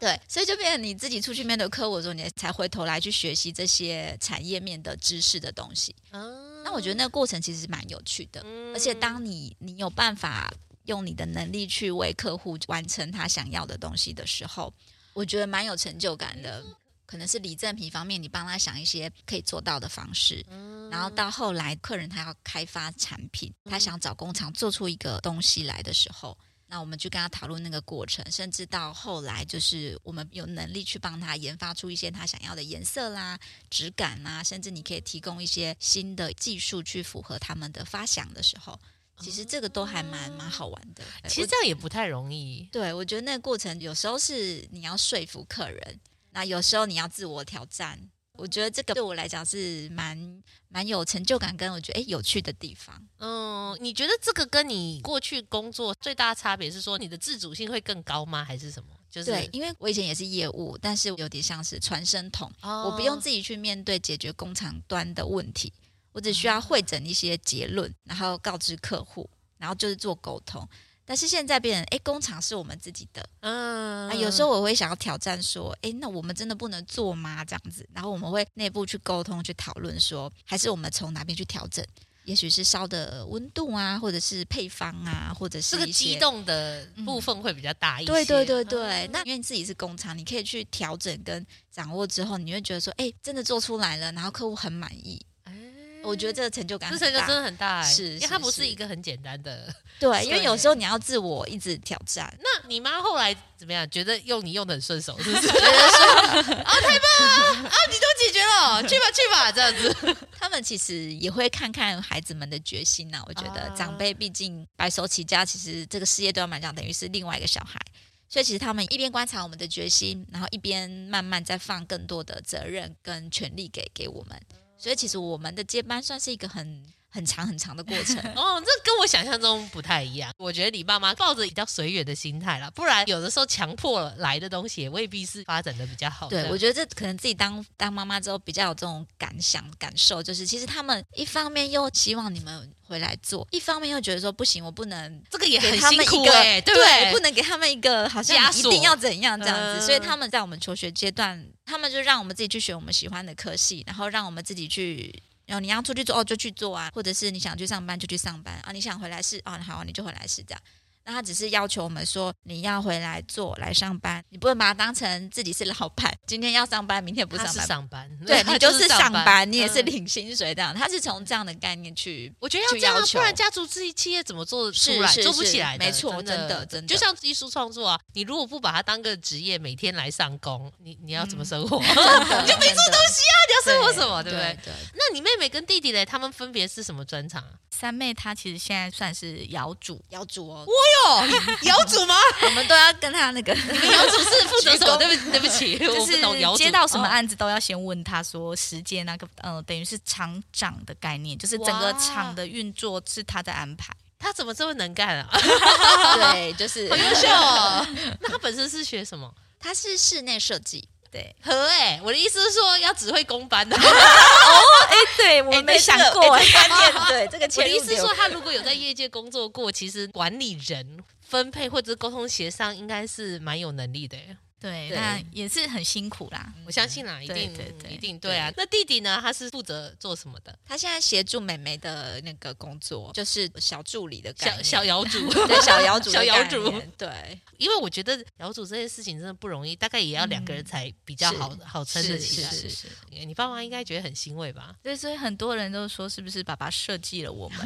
Speaker 1: 对，所以就变成你自己出去面对客户的时候，你才回头来去学习这些产业面的知识的东西。那
Speaker 2: 那
Speaker 1: 我觉得那个过程其实蛮有趣的，而且当你你有办法用你的能力去为客户完成他想要的东西的时候，我觉得蛮有成就感的。可能是理正皮方面，你帮他想一些可以做到的方式，然后到后来客人他要开发产品，他想找工厂做出一个东西来的时候。那我们去跟他讨论那个过程，甚至到后来，就是我们有能力去帮他研发出一些他想要的颜色啦、质感啊，甚至你可以提供一些新的技术去符合他们的发想的时候，其实这个都还蛮蛮好玩的。对
Speaker 2: 其实
Speaker 1: 我
Speaker 2: 这样也不太容易。
Speaker 1: 对我觉得那个过程有时候是你要说服客人，那有时候你要自我挑战。我觉得这个对我来讲是蛮蛮有成就感，跟我觉得诶有趣的地方。
Speaker 2: 嗯，你觉得这个跟你过去工作最大的差别是说你的自主性会更高吗？还是什么？就是
Speaker 1: 对，，因为我以前也是业务，但是有点像是传声筒，我
Speaker 2: 哦
Speaker 1: 不用自己去面对解决工厂端的问题，我只需要会诊一些结论，然后告知客户，然后就是做沟通。但是现在变成，哎，工厂是我们自己的
Speaker 2: 嗯
Speaker 1: 啊。有时候我会想要挑战说，哎，那我们真的不能做吗？这样子，然后我们会内部去沟通、去讨论说，还是我们从哪边去调整？也许是烧的温度啊，或者是配方啊，或者是
Speaker 2: 这个
Speaker 1: 一些
Speaker 2: 激动的部分会比较大一些。
Speaker 1: 嗯对对对对，
Speaker 2: 嗯
Speaker 1: 那因为你自己是工厂，你可以去调整跟掌握之后，你会觉得说，哎、真的做出来了，然后客户很满意。
Speaker 2: 啊
Speaker 1: 我觉得这个成就感
Speaker 2: 嗯这
Speaker 1: 很
Speaker 2: 成就
Speaker 1: 大
Speaker 2: 真的很大、欸，
Speaker 1: 是
Speaker 2: 因为它
Speaker 1: 是
Speaker 2: 不是
Speaker 1: 是
Speaker 2: 一个很简单的。
Speaker 1: 对，因为有
Speaker 2: 对
Speaker 1: 时候你要自我一直挑战，
Speaker 2: 那你妈后来怎么样？觉得用你用的很顺手，
Speaker 1: (laughs)
Speaker 2: 是不是？ (laughs) 哦啊你都解决了，哦去吧去吧，这样子。
Speaker 1: 他们其实也会看看孩子们的决心呐、我觉得、
Speaker 2: 啊
Speaker 1: 长辈毕竟白手起家，其实这个事业对他们来讲等于是另外一个小孩，所以其实他们一边观察我们的决心，然后一边慢慢再放更多的责任跟权利给给我们。所以其实我们的接班算是一个很很长很长的过程。
Speaker 2: 哦，这跟我想象中不太一样。我觉得你爸妈抱着比较随缘的心态啦，不然有的时候强迫来的东西也未必是发展的比较好。这
Speaker 1: 对，
Speaker 2: 样
Speaker 1: 我觉得这可能自己当当妈妈之后比较有这种感想感受，就是其实他们一方面又希望你们回来做，一方面又觉得说不行，我不能
Speaker 2: 这个也
Speaker 1: 给
Speaker 2: 很
Speaker 1: 他
Speaker 2: 辛
Speaker 1: 们
Speaker 2: 苦
Speaker 1: 一个，
Speaker 2: 哎、对
Speaker 1: 对
Speaker 2: 不对？
Speaker 1: 我不能给他们一个好像
Speaker 2: 枷
Speaker 1: 一
Speaker 2: 锁
Speaker 1: 定要怎样这样子，
Speaker 2: 嗯
Speaker 1: 所以他们在我们求学阶段，他们就让我们自己去选我们喜欢的科系，然后让我们自己去。然后你要出去做哦，就去做啊，或者是你想去上班就去上班啊，你想回来试啊、好啊，你就回来试这样。那他只是要求我们说，你要回来做来上班，你不能把它当成自己是老板，今天要上班，明天不
Speaker 2: 他
Speaker 1: 上
Speaker 2: 是
Speaker 1: 班。
Speaker 2: 上班，
Speaker 1: 对
Speaker 2: 他 (laughs)
Speaker 1: 你
Speaker 2: 就是上
Speaker 1: 上班，你也是
Speaker 2: 嗯
Speaker 1: 领薪水这样。他是从这样的概念去
Speaker 2: (laughs) 我觉得要这样啊，
Speaker 1: 去要求
Speaker 2: 不然家族自己企业怎么做得出
Speaker 1: 是
Speaker 2: 来？
Speaker 1: 是
Speaker 2: 做不起
Speaker 1: 是
Speaker 2: 来的，
Speaker 1: 没错
Speaker 2: 真
Speaker 1: 真的真的
Speaker 2: 就像艺术创作啊，你如果不把它当个职业，每天来上工，你你要怎么生活？ (laughs) 你
Speaker 1: 你就没做东西啊，
Speaker 2: 要生活什么？对不对？
Speaker 1: 对？对
Speaker 2: 那你妹妹跟弟弟嘞，他们分别是什么专长啊？
Speaker 3: 三妹她其实现在算是窑主，
Speaker 1: 要煮哦，
Speaker 2: 哦， (laughs) 窑主吗？
Speaker 1: 我
Speaker 3: (laughs)
Speaker 1: 们都要跟他那个
Speaker 2: 你们窑主是负责什么？
Speaker 1: 鞠
Speaker 2: 对不起，对不起，
Speaker 3: 就
Speaker 2: 我不懂窑
Speaker 3: 是
Speaker 2: 主
Speaker 3: 接到什么
Speaker 2: 哦
Speaker 3: 案子都要先问她说时间那个，呃，等于是厂长的概念，就是整个
Speaker 2: 哇
Speaker 3: 厂的运作是她在安排。
Speaker 2: 他怎么这么能干啊？
Speaker 1: (laughs) 对，就是
Speaker 2: 好优秀哦！那他本身是学什么？
Speaker 1: 他是室内设计，
Speaker 3: 对，
Speaker 2: 和哎，我的意思是说要只会工班 (laughs) 的。
Speaker 3: 哎， (laughs) 对我没想过，
Speaker 1: 哎这
Speaker 3: (laughs)
Speaker 1: 个概念对这个
Speaker 2: 我的
Speaker 1: 潜
Speaker 2: 意
Speaker 1: 意
Speaker 2: 思
Speaker 1: 识
Speaker 2: 是
Speaker 1: 说
Speaker 2: 说，，他如果有在业界工作过，其实管理人分配或者是沟通协商，应该是蛮有能力的耶。
Speaker 1: 嗯
Speaker 3: 对，
Speaker 1: 对
Speaker 3: 那也是很辛苦啦。
Speaker 2: 我相信啦，一
Speaker 3: 对
Speaker 2: 定
Speaker 3: 对对
Speaker 2: 一定对啊。那弟弟呢？他是负责做什么的？
Speaker 1: 他现在协助妹妹的那个工作，就是小助理的概
Speaker 2: 小
Speaker 1: 念，
Speaker 2: 小窑主，
Speaker 1: (laughs) 对小窑主的
Speaker 2: (laughs) 小窑
Speaker 1: 概
Speaker 2: 主
Speaker 1: 念，对，
Speaker 2: 因为我觉得窑主这件事情真的不容易，大概也要两个人才比较好、好撑得
Speaker 1: 嗯是
Speaker 2: 起来。
Speaker 1: 是是，
Speaker 2: 你爸妈应该觉得很欣慰
Speaker 1: (laughs)
Speaker 2: 吧？
Speaker 3: 对，所以很多人都说是不是爸爸设计了我们？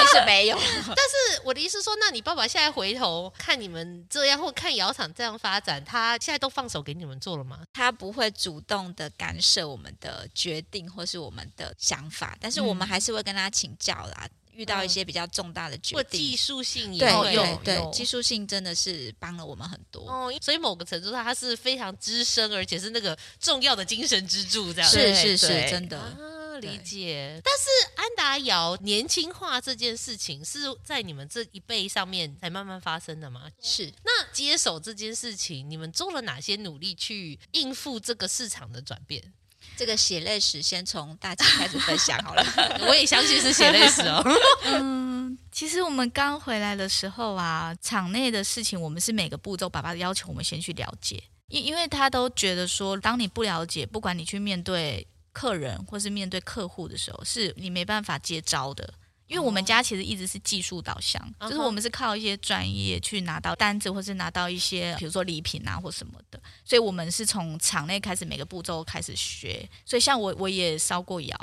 Speaker 1: 其实没有，
Speaker 2: 但是我的意思是说，那你爸爸现在回头看你们这样，或看窑厂这样发展，他现在都放手给你们做了吗？
Speaker 1: 他不会主动的干涉我们的决定或是我们的想法，但是我
Speaker 2: 嗯
Speaker 1: 们还是会跟他请教啦。遇到一些比较重大的决
Speaker 2: 或
Speaker 1: 定
Speaker 2: 技，术性也
Speaker 1: 对
Speaker 2: 会
Speaker 1: 对
Speaker 3: 有有
Speaker 1: 对，技术性真的是帮了我们很多。
Speaker 2: 哦，所以某个程度上，他是非常资深，而且是那个重要的精神支柱，这样
Speaker 1: 是是是
Speaker 3: 对，
Speaker 1: 真的。
Speaker 2: 啊，
Speaker 1: 对
Speaker 2: 理解。但是安达窑年轻化这件事情是在你们这一辈上面才慢慢发生的吗？
Speaker 1: 是
Speaker 2: 那接手这件事情，你们做了哪些努力去应付这个市场的转变？ (laughs)
Speaker 1: 这个血泪史，先从大姐开始分享好
Speaker 2: (laughs)
Speaker 1: 了。
Speaker 2: 我也相信是血泪
Speaker 1: (laughs)
Speaker 2: 史哦。
Speaker 3: 嗯，其实我们刚回来的时候啊，场内的事情我们是每个步骤，爸爸要求我们先去了解，因因为他都觉得说，当你不了解，不管你去面对客人或是面对客户的时候，是你没办法接招的。因为我们家其实一直是技术导向，
Speaker 2: 哦嗯哼
Speaker 3: 就是我们是靠一些专业去拿到单子，或是拿到一些比如说礼品啊或什么的，所以我们是从场内开始每个步骤开始学。所以像我我也烧过窑，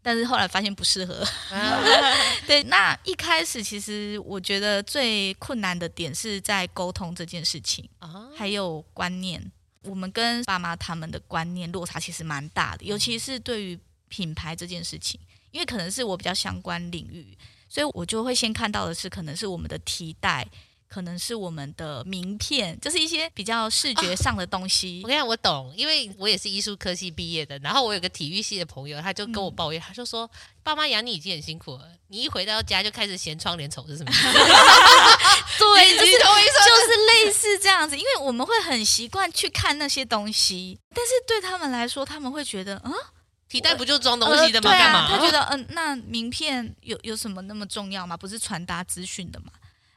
Speaker 3: 但是后来发现不适合，对，那一开始其实我觉得最困难的点是在沟通这件事情，
Speaker 2: 啊，
Speaker 3: 还有观念。我们跟爸妈他们的观念落差其实蛮大的，尤其是对于品牌这件事情，因为可能是我比较相关领域，所以我就会先看到的是，可能是我们的提袋，可能是我们的名片，就是一些比较视觉上的东西。
Speaker 2: 我跟你讲，我懂，因为我也是艺术科系毕业的。然后我有个体育系的朋友，他就跟我抱
Speaker 3: 嗯
Speaker 2: 怨，他就说：“爸妈养你已经很辛苦了，你一回到家就开始嫌窗帘丑是什
Speaker 3: (laughs)
Speaker 2: 么意思？”
Speaker 3: 对，
Speaker 2: 你
Speaker 3: 就是
Speaker 2: 你懂我意思吗
Speaker 3: 就是类似这样子，因为我们会很习惯去看那些东西，但是对他们来说，他们会觉得，嗯，
Speaker 2: 提袋不就装东西的吗？
Speaker 3: 呃对
Speaker 2: 干
Speaker 3: 啊
Speaker 2: 嘛？
Speaker 3: 他觉得嗯、那名片有有什么那么重要吗？不是传达资讯的嘛？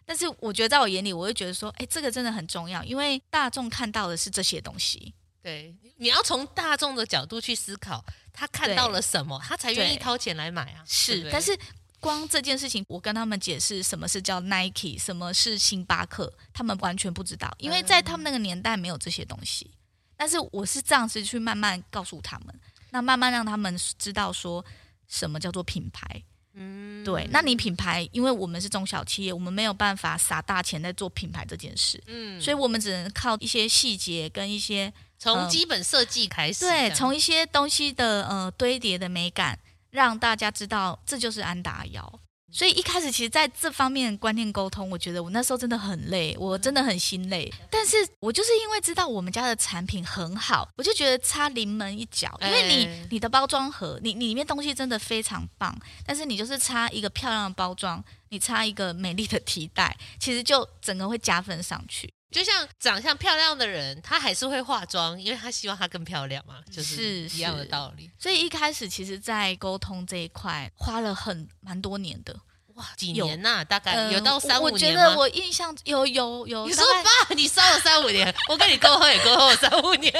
Speaker 3: 但是我觉得在我眼里，我会觉得说，哎，这个真的很重要，因为大众看到的是这些东西。
Speaker 2: 对，你要从大众的角度去思考，他看到了什么，他才愿意
Speaker 3: 对
Speaker 2: 掏钱来买啊。对不对
Speaker 3: 但是光这件事情，我跟他们解释什么是叫 Nike，什么是星巴克，他们完全不知道，因为在他们
Speaker 2: 嗯
Speaker 3: 那个年代没有这些东西。但是我是这样子去慢慢告诉他们，那慢慢让他们知道说什么叫做品牌。
Speaker 2: 嗯
Speaker 3: 对，那你品牌，因为我们是中小企业，我们没有办法撒大钱在做品牌这件事，
Speaker 2: 嗯，
Speaker 3: 所以我们只能靠一些细节跟一些
Speaker 2: 从
Speaker 3: 嗯
Speaker 2: 基本设计开始，这
Speaker 3: 对，
Speaker 2: 样
Speaker 3: 从一些东西的呃堆叠的美感，让大家知道这就是安达
Speaker 2: 嗯
Speaker 3: 窑。所以一开始其实在这方面观念沟通，我觉得我那时候真的很累，我真的很心累。
Speaker 2: 嗯
Speaker 3: 但是我就是因为知道我们家的产品很好，我就觉得差临门一脚，因为你、
Speaker 2: 哎
Speaker 3: 你的包装盒，你你里面东西真的非常棒，但是你就是差一个漂亮的包装，你差一个美丽的提袋，其实就整个会加分上去。
Speaker 2: 就像长相漂亮的人，他还是会化妆，因为他希望她更漂亮嘛，就是
Speaker 3: 是
Speaker 2: 一样的
Speaker 3: 是
Speaker 2: 道理。
Speaker 3: 所以一开始其实，在沟通这一块花了很蛮多年的，
Speaker 2: 哇，几
Speaker 3: 哦有
Speaker 2: 年呐、大概
Speaker 3: 呃
Speaker 2: 哎有到三
Speaker 3: 我
Speaker 2: 五
Speaker 3: 我觉
Speaker 2: 年
Speaker 3: 得
Speaker 2: 吗
Speaker 3: 我印象有有有，
Speaker 2: 你
Speaker 3: 哦大
Speaker 2: 说
Speaker 3: 概
Speaker 2: 爸，你烧了三五年，我跟你沟通也沟通了三五年，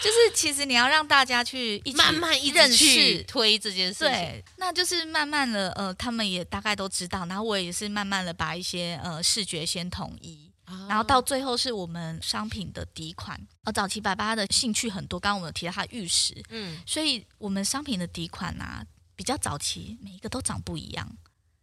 Speaker 3: 就是其实你要让大家去一起
Speaker 2: 慢慢一
Speaker 3: 认
Speaker 2: 直去
Speaker 3: 识。
Speaker 2: 推这件事情。
Speaker 3: 对，那就是慢慢的，呃，他们也大概都知道，然后我也是慢慢的把一些呃视觉先统一，
Speaker 2: 啊
Speaker 3: 然后到最后是我们商品的底款。呃，早期爸爸的兴趣很多，刚刚我们有提到他玉石，
Speaker 2: 嗯，
Speaker 3: 所以我们商品的底款啊，比较早期每一个都长不一样。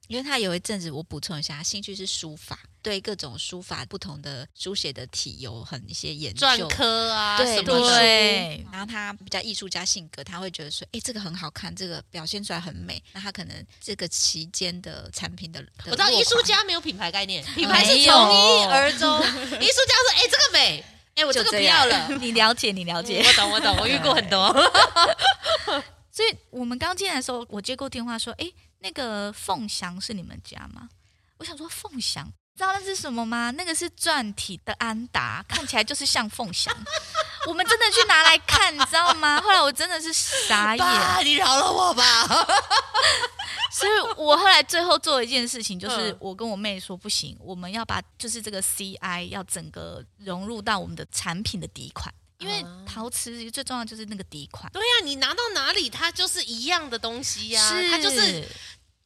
Speaker 1: 因为他有一阵子，我补充一下，他兴趣是书法，对各种书法不同的书写的体有很一些研
Speaker 2: 篆
Speaker 1: 究。
Speaker 2: 刻啊，
Speaker 1: 对
Speaker 2: 什么
Speaker 1: 对
Speaker 2: 的
Speaker 1: 对然后他比较艺术家性格，他会觉得说，哎，这个很好看，这个表现出来很美。那他可能这个期间的产品的，的
Speaker 2: 我知道
Speaker 1: 落
Speaker 2: 艺术
Speaker 1: 款
Speaker 2: 家没有品牌概念，品牌是从
Speaker 3: 没有
Speaker 2: 一而终。
Speaker 3: (laughs)
Speaker 2: 艺术家说：“哎、这个美，哎、我这
Speaker 1: 就
Speaker 2: 个不
Speaker 1: 这
Speaker 2: 要
Speaker 1: 样
Speaker 2: 了。
Speaker 3: 你了解，你了
Speaker 2: 嗯”
Speaker 3: 解。
Speaker 2: 我懂，我懂，我遇过很多。
Speaker 3: 所以我们刚进来的时候，我接过电话说：“诶，那个凤翔是你们家吗？”我想说凤翔，知道那是什么吗？那个是篆体的安达，看起来就是像凤翔。 (laughs) 我们真的去拿来看，你知道吗？后来我真的是傻眼，
Speaker 2: 爸，你饶了我吧。
Speaker 3: 所以我后来最后做了一件事情，就是
Speaker 2: 嗯
Speaker 3: 我跟我妹说，不行，我们要把就是这个 CI 要整个融入到我们的产品的底款，因为
Speaker 2: 啊
Speaker 3: 陶瓷最重要就是那个底款，
Speaker 2: 对呀、你拿到哪里，它就是一样的东西呀、它就是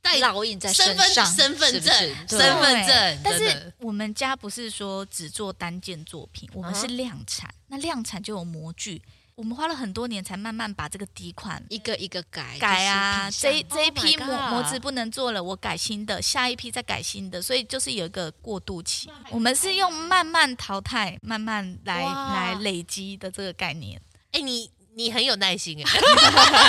Speaker 2: 带
Speaker 1: 烙印在
Speaker 2: 身
Speaker 1: 身
Speaker 2: 份
Speaker 1: 上，
Speaker 2: 身份
Speaker 1: 是不
Speaker 2: 证
Speaker 1: 是对
Speaker 2: 身份
Speaker 3: 对
Speaker 2: 证
Speaker 3: 但
Speaker 2: 真的
Speaker 3: 是我们家不是说只做单件作
Speaker 2: 嗯
Speaker 3: 品，我们是量产。那量产就有模具，我们花了很多年才慢慢把这个底款
Speaker 1: 一个一个改
Speaker 3: 改啊，
Speaker 1: 就是
Speaker 3: 这
Speaker 1: 品相
Speaker 2: Oh my
Speaker 3: 一这一批模
Speaker 2: God
Speaker 3: 模子不能做了，我改新的，下一批再改新的，所以就是有一个过渡期。我们是用慢慢淘汰、慢慢来
Speaker 2: 哇
Speaker 3: 来累积的这个概念。
Speaker 2: 哎、你你很有耐 (laughs) 心哎、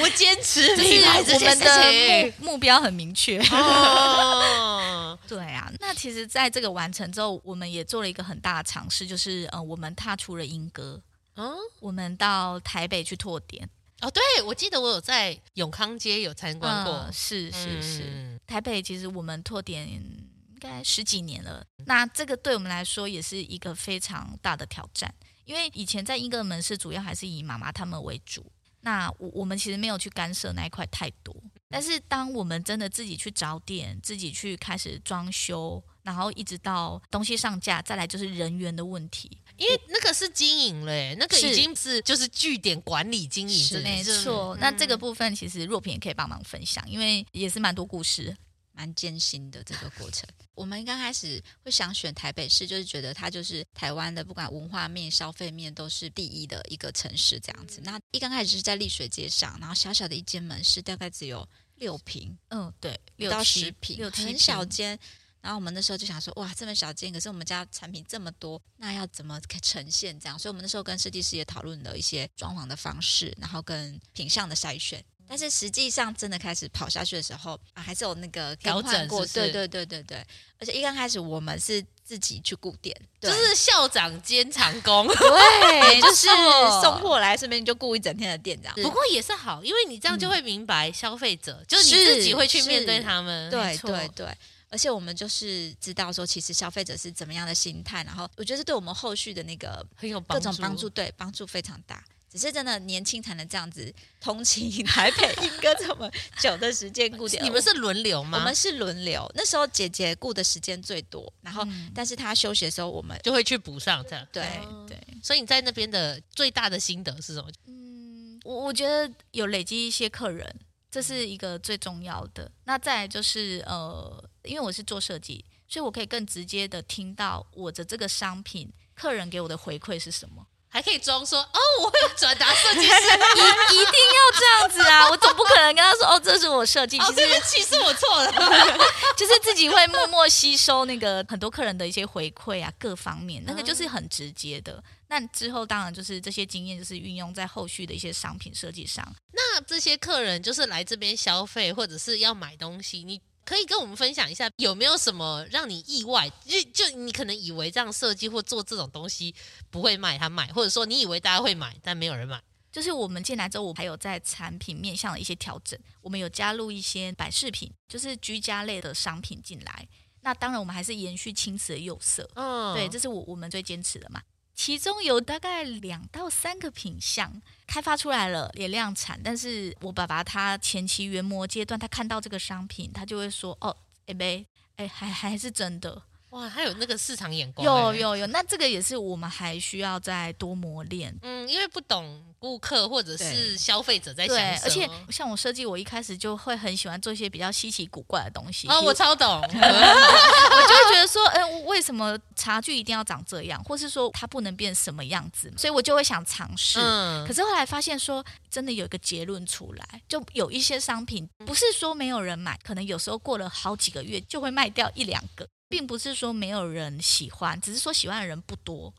Speaker 2: 我坚持
Speaker 3: 就
Speaker 2: 品牌
Speaker 3: 是
Speaker 2: 这
Speaker 3: 我
Speaker 2: 件
Speaker 3: 们
Speaker 2: (laughs)
Speaker 3: 的
Speaker 2: 事
Speaker 3: 目
Speaker 1: (laughs)
Speaker 3: 目标很明确。
Speaker 2: 情。哦，
Speaker 3: 对啊，那其实在这个完成之后，我们也做了一个很大的尝试，就是呃，我们踏出了莺歌，
Speaker 2: 嗯，
Speaker 3: 我们到台北去拓点，
Speaker 2: 哦，对，我记得我有在永康街有参观过，
Speaker 3: 嗯是是是，
Speaker 2: 嗯
Speaker 3: 台北其实我们拓点应该十几年了，那这个对我们来说也是一个非常大的挑战，因为以前在英格门市主要还是以妈妈他们为主，那我我们其实没有去干涉那一块太多，但是当我们真的自己去找点，自己去开始装修，然后一直到东西上架，再来就是人员的问题，
Speaker 2: 因为那个是经营了耶，那个
Speaker 3: 是
Speaker 2: 已经是就是据点管理经营，
Speaker 1: 是
Speaker 2: 真的
Speaker 3: 没
Speaker 2: 是
Speaker 3: 错。那这个部分其实若萍也可以帮忙分享，因为也是蛮多故事，
Speaker 1: 蛮艰辛的这个过程。我们刚开始会想选台北市，就是觉得它就是台湾的，不管文化面、消费面都是第一的一个城市这样
Speaker 3: 嗯
Speaker 1: 子。那一刚开始是在丽水街上，然后小小的一间门市，大概只有六平
Speaker 3: 嗯，对，
Speaker 1: 不
Speaker 3: 六
Speaker 1: 到
Speaker 3: 七
Speaker 1: 十平，
Speaker 3: 六七
Speaker 1: 很
Speaker 3: 平
Speaker 1: 小间。然后我们那时候就想说，哇，这么小间，可是我们家产品这么多，那要怎么呈现这样？所以我们那时候跟设计师也讨论了一些装潢的方式，然后跟品相的筛选。但是实际上真的开始跑下去的时候，啊、还是有那个更
Speaker 2: 调
Speaker 1: 换
Speaker 2: 整
Speaker 1: 过，
Speaker 2: 是不是
Speaker 1: 对对对对对。而且一刚开始我们是自己去顾店，
Speaker 2: 就
Speaker 1: 对
Speaker 2: 是校长兼长工。 (laughs)
Speaker 1: 对， (laughs) 就是
Speaker 3: 错
Speaker 1: 送货来，顺便就顾一整天的店这样。
Speaker 2: 不过也是好，因为你这样就会明白消费者，嗯就是你自己会去面对他们。
Speaker 1: 对
Speaker 3: 没错
Speaker 1: 对对，而且我们就是知道说，其实消费者是怎么样的心态，然后我觉得这对我们后续的那个
Speaker 2: 很有帮
Speaker 1: 各
Speaker 2: 助
Speaker 1: 种帮助，。对帮助非常大。只是真的年轻才能这样子通勤 (laughs) 台北一个这么久的时间固 (laughs) 定。
Speaker 2: 你们是轮流
Speaker 1: 我
Speaker 2: 吗？
Speaker 1: 们是轮流，那时候姐姐顾的时间最多，然后、但是她休息的时候我们
Speaker 2: 就会去补上这样。
Speaker 1: 嗯对。
Speaker 3: 对对，
Speaker 2: 所以你在那边的最大的心得是什么？
Speaker 3: 嗯，我我觉得有累积一些客人，这是一个最重要的。那再来就是呃，因为我是做设计，所以我可以更直接的听到我的这个商品客人给我的回馈是什么。 (laughs)
Speaker 2: 还可以装说哦，我会转达设计师。 (laughs)
Speaker 3: 一一定要这样子啊！我总不可能跟他说哦，这是我设计，
Speaker 2: 哦，
Speaker 3: 其实
Speaker 2: 对不起，是我错了。
Speaker 3: 就是自己会默默吸收那个很多客人的一些回馈啊，各方面，那个就是很直接的。那之后当然就是这些经验，就是运用在后续的一些商品设计上。
Speaker 2: 那这些客人就是来这边消费或者是要买东西，你可以跟我们分享一下有没有什么让你意外？就就你可能以为这样设计或做这种东西不会卖，他买，或者说你以为大家会买，但没有人买。
Speaker 3: 就是我们进来之后，我还有在产品面向的一些调整，我们有加入一些摆饰品，就是居家类的商品进来。那当然，我们还是延续青瓷的釉色，
Speaker 2: 嗯
Speaker 3: 对，这是我我们最坚持的嘛。其中有大概两到三个品相开发出来了，也量产。但是我爸爸他前期研磨阶段，他看到这个商品，他就会说：“哦，哎呗，哎，还还是真的。
Speaker 2: 哇，他有那个市场眼”光、
Speaker 3: 有
Speaker 2: 欸。
Speaker 3: 有有，那这个也是我们还需要再多磨练。
Speaker 2: 嗯，因为不懂顾客或者是
Speaker 1: 对
Speaker 2: 消费者在想
Speaker 3: 对
Speaker 2: 什么，，
Speaker 3: 而且像我设计，我一开始就会很喜欢做一些比较稀奇古怪的东西。
Speaker 2: 哦，
Speaker 3: 比如
Speaker 2: 我超懂，
Speaker 3: 我就会觉得说，哎、为什么茶具一定要长这样，或是说它不能变什么样子？所以我就会想尝试。
Speaker 2: (laughs) 嗯
Speaker 3: 可是后来发现说，真的有一个结论出来，就有一些商品
Speaker 2: 嗯
Speaker 3: 不是说没有人买，可能有时候过了好几个月就会卖掉一两个，并不是说没有人喜欢，只是说喜欢的人不多。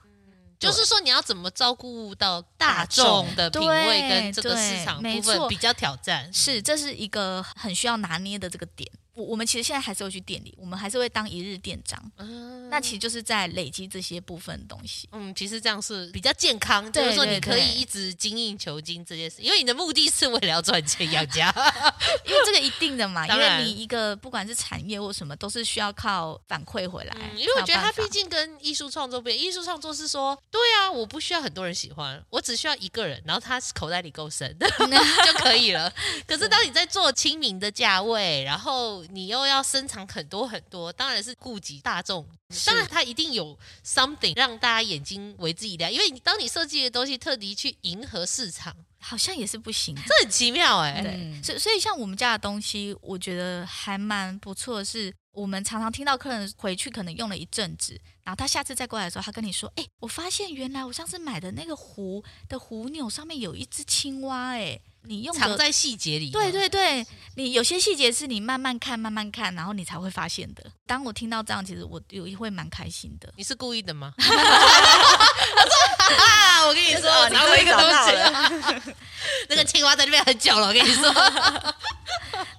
Speaker 2: 就是说你要怎么照顾到大
Speaker 3: 大众
Speaker 2: 众的
Speaker 3: 对
Speaker 2: 品味跟这个市
Speaker 3: 对
Speaker 2: 场部
Speaker 3: 没
Speaker 2: 分
Speaker 3: 错
Speaker 2: 比较挑战。
Speaker 3: 是，这是一个很需要拿捏的这个点。我我们其实现在还是会去店里，我们还是会当一日店长，
Speaker 2: 嗯
Speaker 3: 那其实就是在累积这些部分的东西。
Speaker 2: 嗯，其实这样是比较健康，就
Speaker 3: 对
Speaker 2: 是说你
Speaker 3: 对
Speaker 2: 可以
Speaker 3: 对
Speaker 2: 一直精益求精这件事，因为你的目的是为了要赚钱养家。
Speaker 3: 因为这个一定的
Speaker 2: (laughs)
Speaker 3: 嘛，因
Speaker 2: 当然
Speaker 3: 为你一个不管是产业或什么，都是需要靠反馈回来。
Speaker 2: 嗯因为我觉得它
Speaker 3: 他
Speaker 2: 毕竟跟艺术创作不一样，艺术创作是说，对啊，我不需要很多人喜欢，我只需要一个人，然后他口袋里够深 (laughs) 就可以了。可是当你在做亲民的价位，然后你又要生产很多很多，当然是顾及大众。当然，它一定有 something 让大家眼睛为之一亮，因为你当你设计的东西特地去迎合市场，
Speaker 3: 好像也是不行。
Speaker 2: 这很奇妙哎、
Speaker 3: 对，所以所以像我们家的东西，我觉得还蛮不错的是。我们常常听到客人回去可能用了一阵子，然后他下次再过来的时候，他跟你说：“哎、我发现原来我上次买的那个壶的壶钮上面有一只青蛙、哎，你用
Speaker 2: 藏
Speaker 3: 的
Speaker 2: 在细节里。
Speaker 3: 对对对，你有些细节是你慢慢看、慢慢看，然后你才会发现的。当我听到这样，其实我有一会蛮开心的。
Speaker 2: 你是故意的 (laughs) 吗？他说啊，我跟你说，我拿了一个东西， (laughs) 那个青蛙在那边很久了，我跟你说，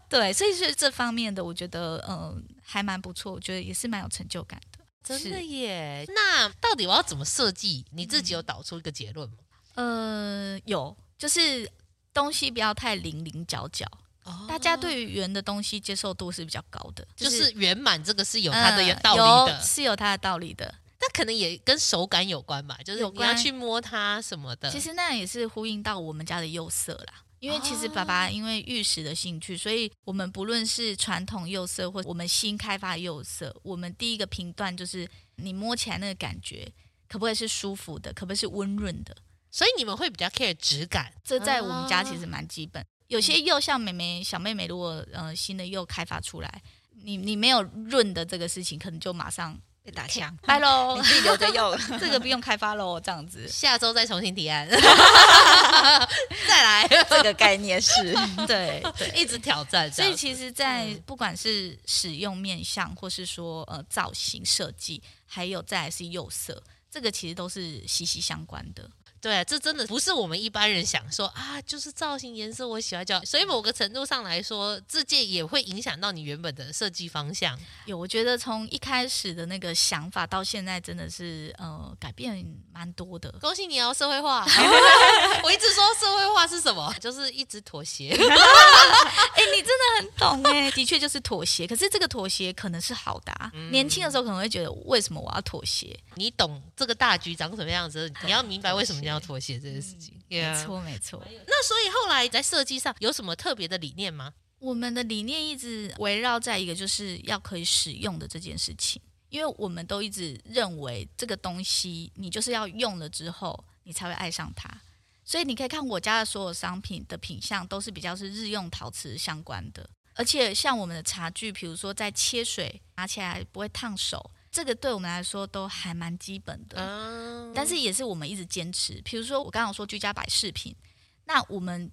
Speaker 3: 对，所以是这方面的，我觉得嗯、呃还蛮不错，我觉得也是蛮有成就感的。
Speaker 2: 真的
Speaker 3: 是
Speaker 2: 耶。那到底我要怎么设计？你自己有导出一个结论吗？
Speaker 3: 呃，有就是东西不要太零零角角，
Speaker 2: 哦
Speaker 3: 大家对于圆的东西接受度是比较高的，
Speaker 2: 就是圆满这个是有它的
Speaker 3: 嗯
Speaker 2: 道理
Speaker 3: 有
Speaker 2: 的，
Speaker 3: 是有它的道理的。
Speaker 2: 那可能也跟手感有关嗯吧，就是
Speaker 3: 有
Speaker 2: 你要
Speaker 3: 关
Speaker 2: 去摸它什么的。
Speaker 3: 其实那也是呼应到我们家的釉色啦。因为其实爸爸因为玉石的兴趣，所以我们不论是传统釉色或我们新开发的釉色，我们第一个评断就是你摸起来那个感觉可不可以是舒服的，可不可以是温润的，
Speaker 2: 所以你们会比较 care 质感，
Speaker 3: 这在我们家其实蛮基本。有些釉像妹妹、小妹妹，如果呃新的釉开发出来，你你没有润的这个事情，可能就马上
Speaker 1: 被打枪，
Speaker 3: 拜喽
Speaker 1: 你，自己留着 (laughs) 用。
Speaker 3: (laughs) 这个不用开发喽，这样子。
Speaker 2: 下周再重新提案，再来，
Speaker 1: 这个概念是
Speaker 3: (laughs) 对对，
Speaker 2: (laughs) 一直挑战这
Speaker 3: 所
Speaker 2: 样
Speaker 3: 以
Speaker 2: 子。
Speaker 3: 其实，在
Speaker 2: 嗯
Speaker 3: 不管是使用面向，或是说呃造型设计，还有再来是釉色，这个其实都是息息相关的。
Speaker 2: 对，这真的不是我们一般人想说啊，就是造型颜色我喜欢就好。所以某个程度上来说，这届也会影响到你原本的设计方向。
Speaker 3: 有，我觉得从一开始的那个想法到现在，真的是呃改变蛮多的。
Speaker 2: 恭喜你哦，社会化！ (laughs) 我一直说社会化是什么，就是一直妥协。 (laughs)
Speaker 3: 哎、你真的 (laughs) 很懂哎、的确就是妥协。可是这个妥协可能是好的、啊，年轻的时候可能会觉得为什么我要妥协？
Speaker 2: 你懂这个大局长什么样子，你要明白为什么你要妥协这件事情。
Speaker 3: 没
Speaker 2: Yeah
Speaker 3: 错没错。
Speaker 2: 那所以后来在设计上有什么特别的理念吗？
Speaker 3: 我们的理念一直围绕在一个就是要可以使用的这件事情，因为我们都一直认为这个东西你就是要用了之后你才会爱上它，所以你可以看我家的所有商品的品相都是比较是日用陶瓷相关的，而且像我们的茶具，比如说在切水拿起来不会烫手，这个对我们来说都还蛮基本的。
Speaker 2: 嗯，
Speaker 3: 但是也是我们一直坚持。比如说我刚刚有说居家摆饰品，那我们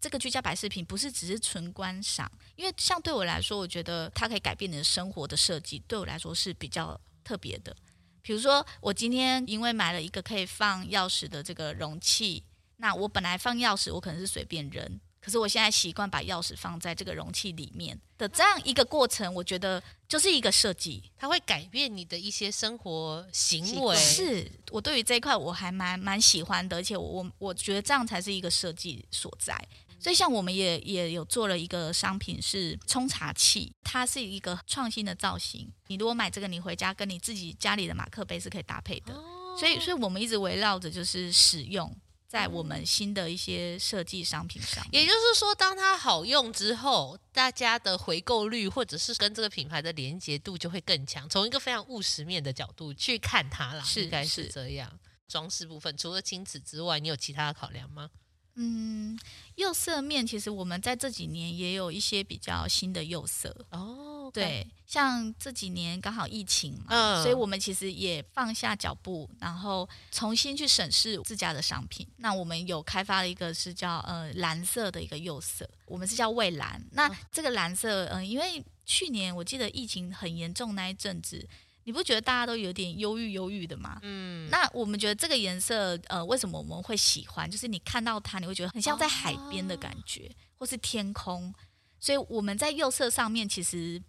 Speaker 3: 这个居家摆饰品不是只是纯观赏，因为像对我来说，我觉得它可以改变你的生活的设计，对我来说是比较特别的。比如说我今天因为买了一个可以放钥匙的这个容器，那我本来放钥匙我可能是随便扔。可是我现在习惯把钥匙放在这个容器里面的这样一个过程，我觉得就是一个设计，
Speaker 2: 它会改变你的一些生活
Speaker 1: 习
Speaker 2: 行
Speaker 1: 惯
Speaker 2: 为，
Speaker 3: 是我对于这一块我还蛮蛮喜欢的，而且我我我觉得这样才是一个设计所在。所以像我们也也有做了一个商品是冲茶器，它是一个创新的造型。你如果买这个，你回家跟你自己家里的马克杯是可以搭配的。
Speaker 2: 哦
Speaker 3: 所以，所以我们一直围绕着就是使用在我们新的一些设计商品上。
Speaker 2: 嗯也就是说，当它好用之后，大家的回购率或者是跟这个品牌的连结度就会更强。从一个非常务实面的角度去看它啦，
Speaker 3: 是
Speaker 2: 应该是
Speaker 3: 是
Speaker 2: 这样。装饰部分，除了亲子之外，你有其他的考量吗？
Speaker 3: 嗯，釉色面其实我们在这几年也有一些比较新的釉色，
Speaker 2: 哦，
Speaker 3: 对，像这几年刚好疫情嘛，
Speaker 2: 嗯
Speaker 3: 所以我们其实也放下脚步，然后重新去审视自家的商品。那我们有开发了一个是叫呃蓝色的一个釉色，我们是叫蔚蓝。那这个蓝色，嗯、因为去年我记得疫情很严重那一阵子，你不觉得大家都有点忧郁忧郁的吗？
Speaker 2: 嗯，
Speaker 3: 那我们觉得这个颜色，呃，为什么我们会喜欢？就是你看到它，你会觉得很像在海边的感觉，
Speaker 1: 哦
Speaker 3: 或是天空。所以我们在釉色上面，其实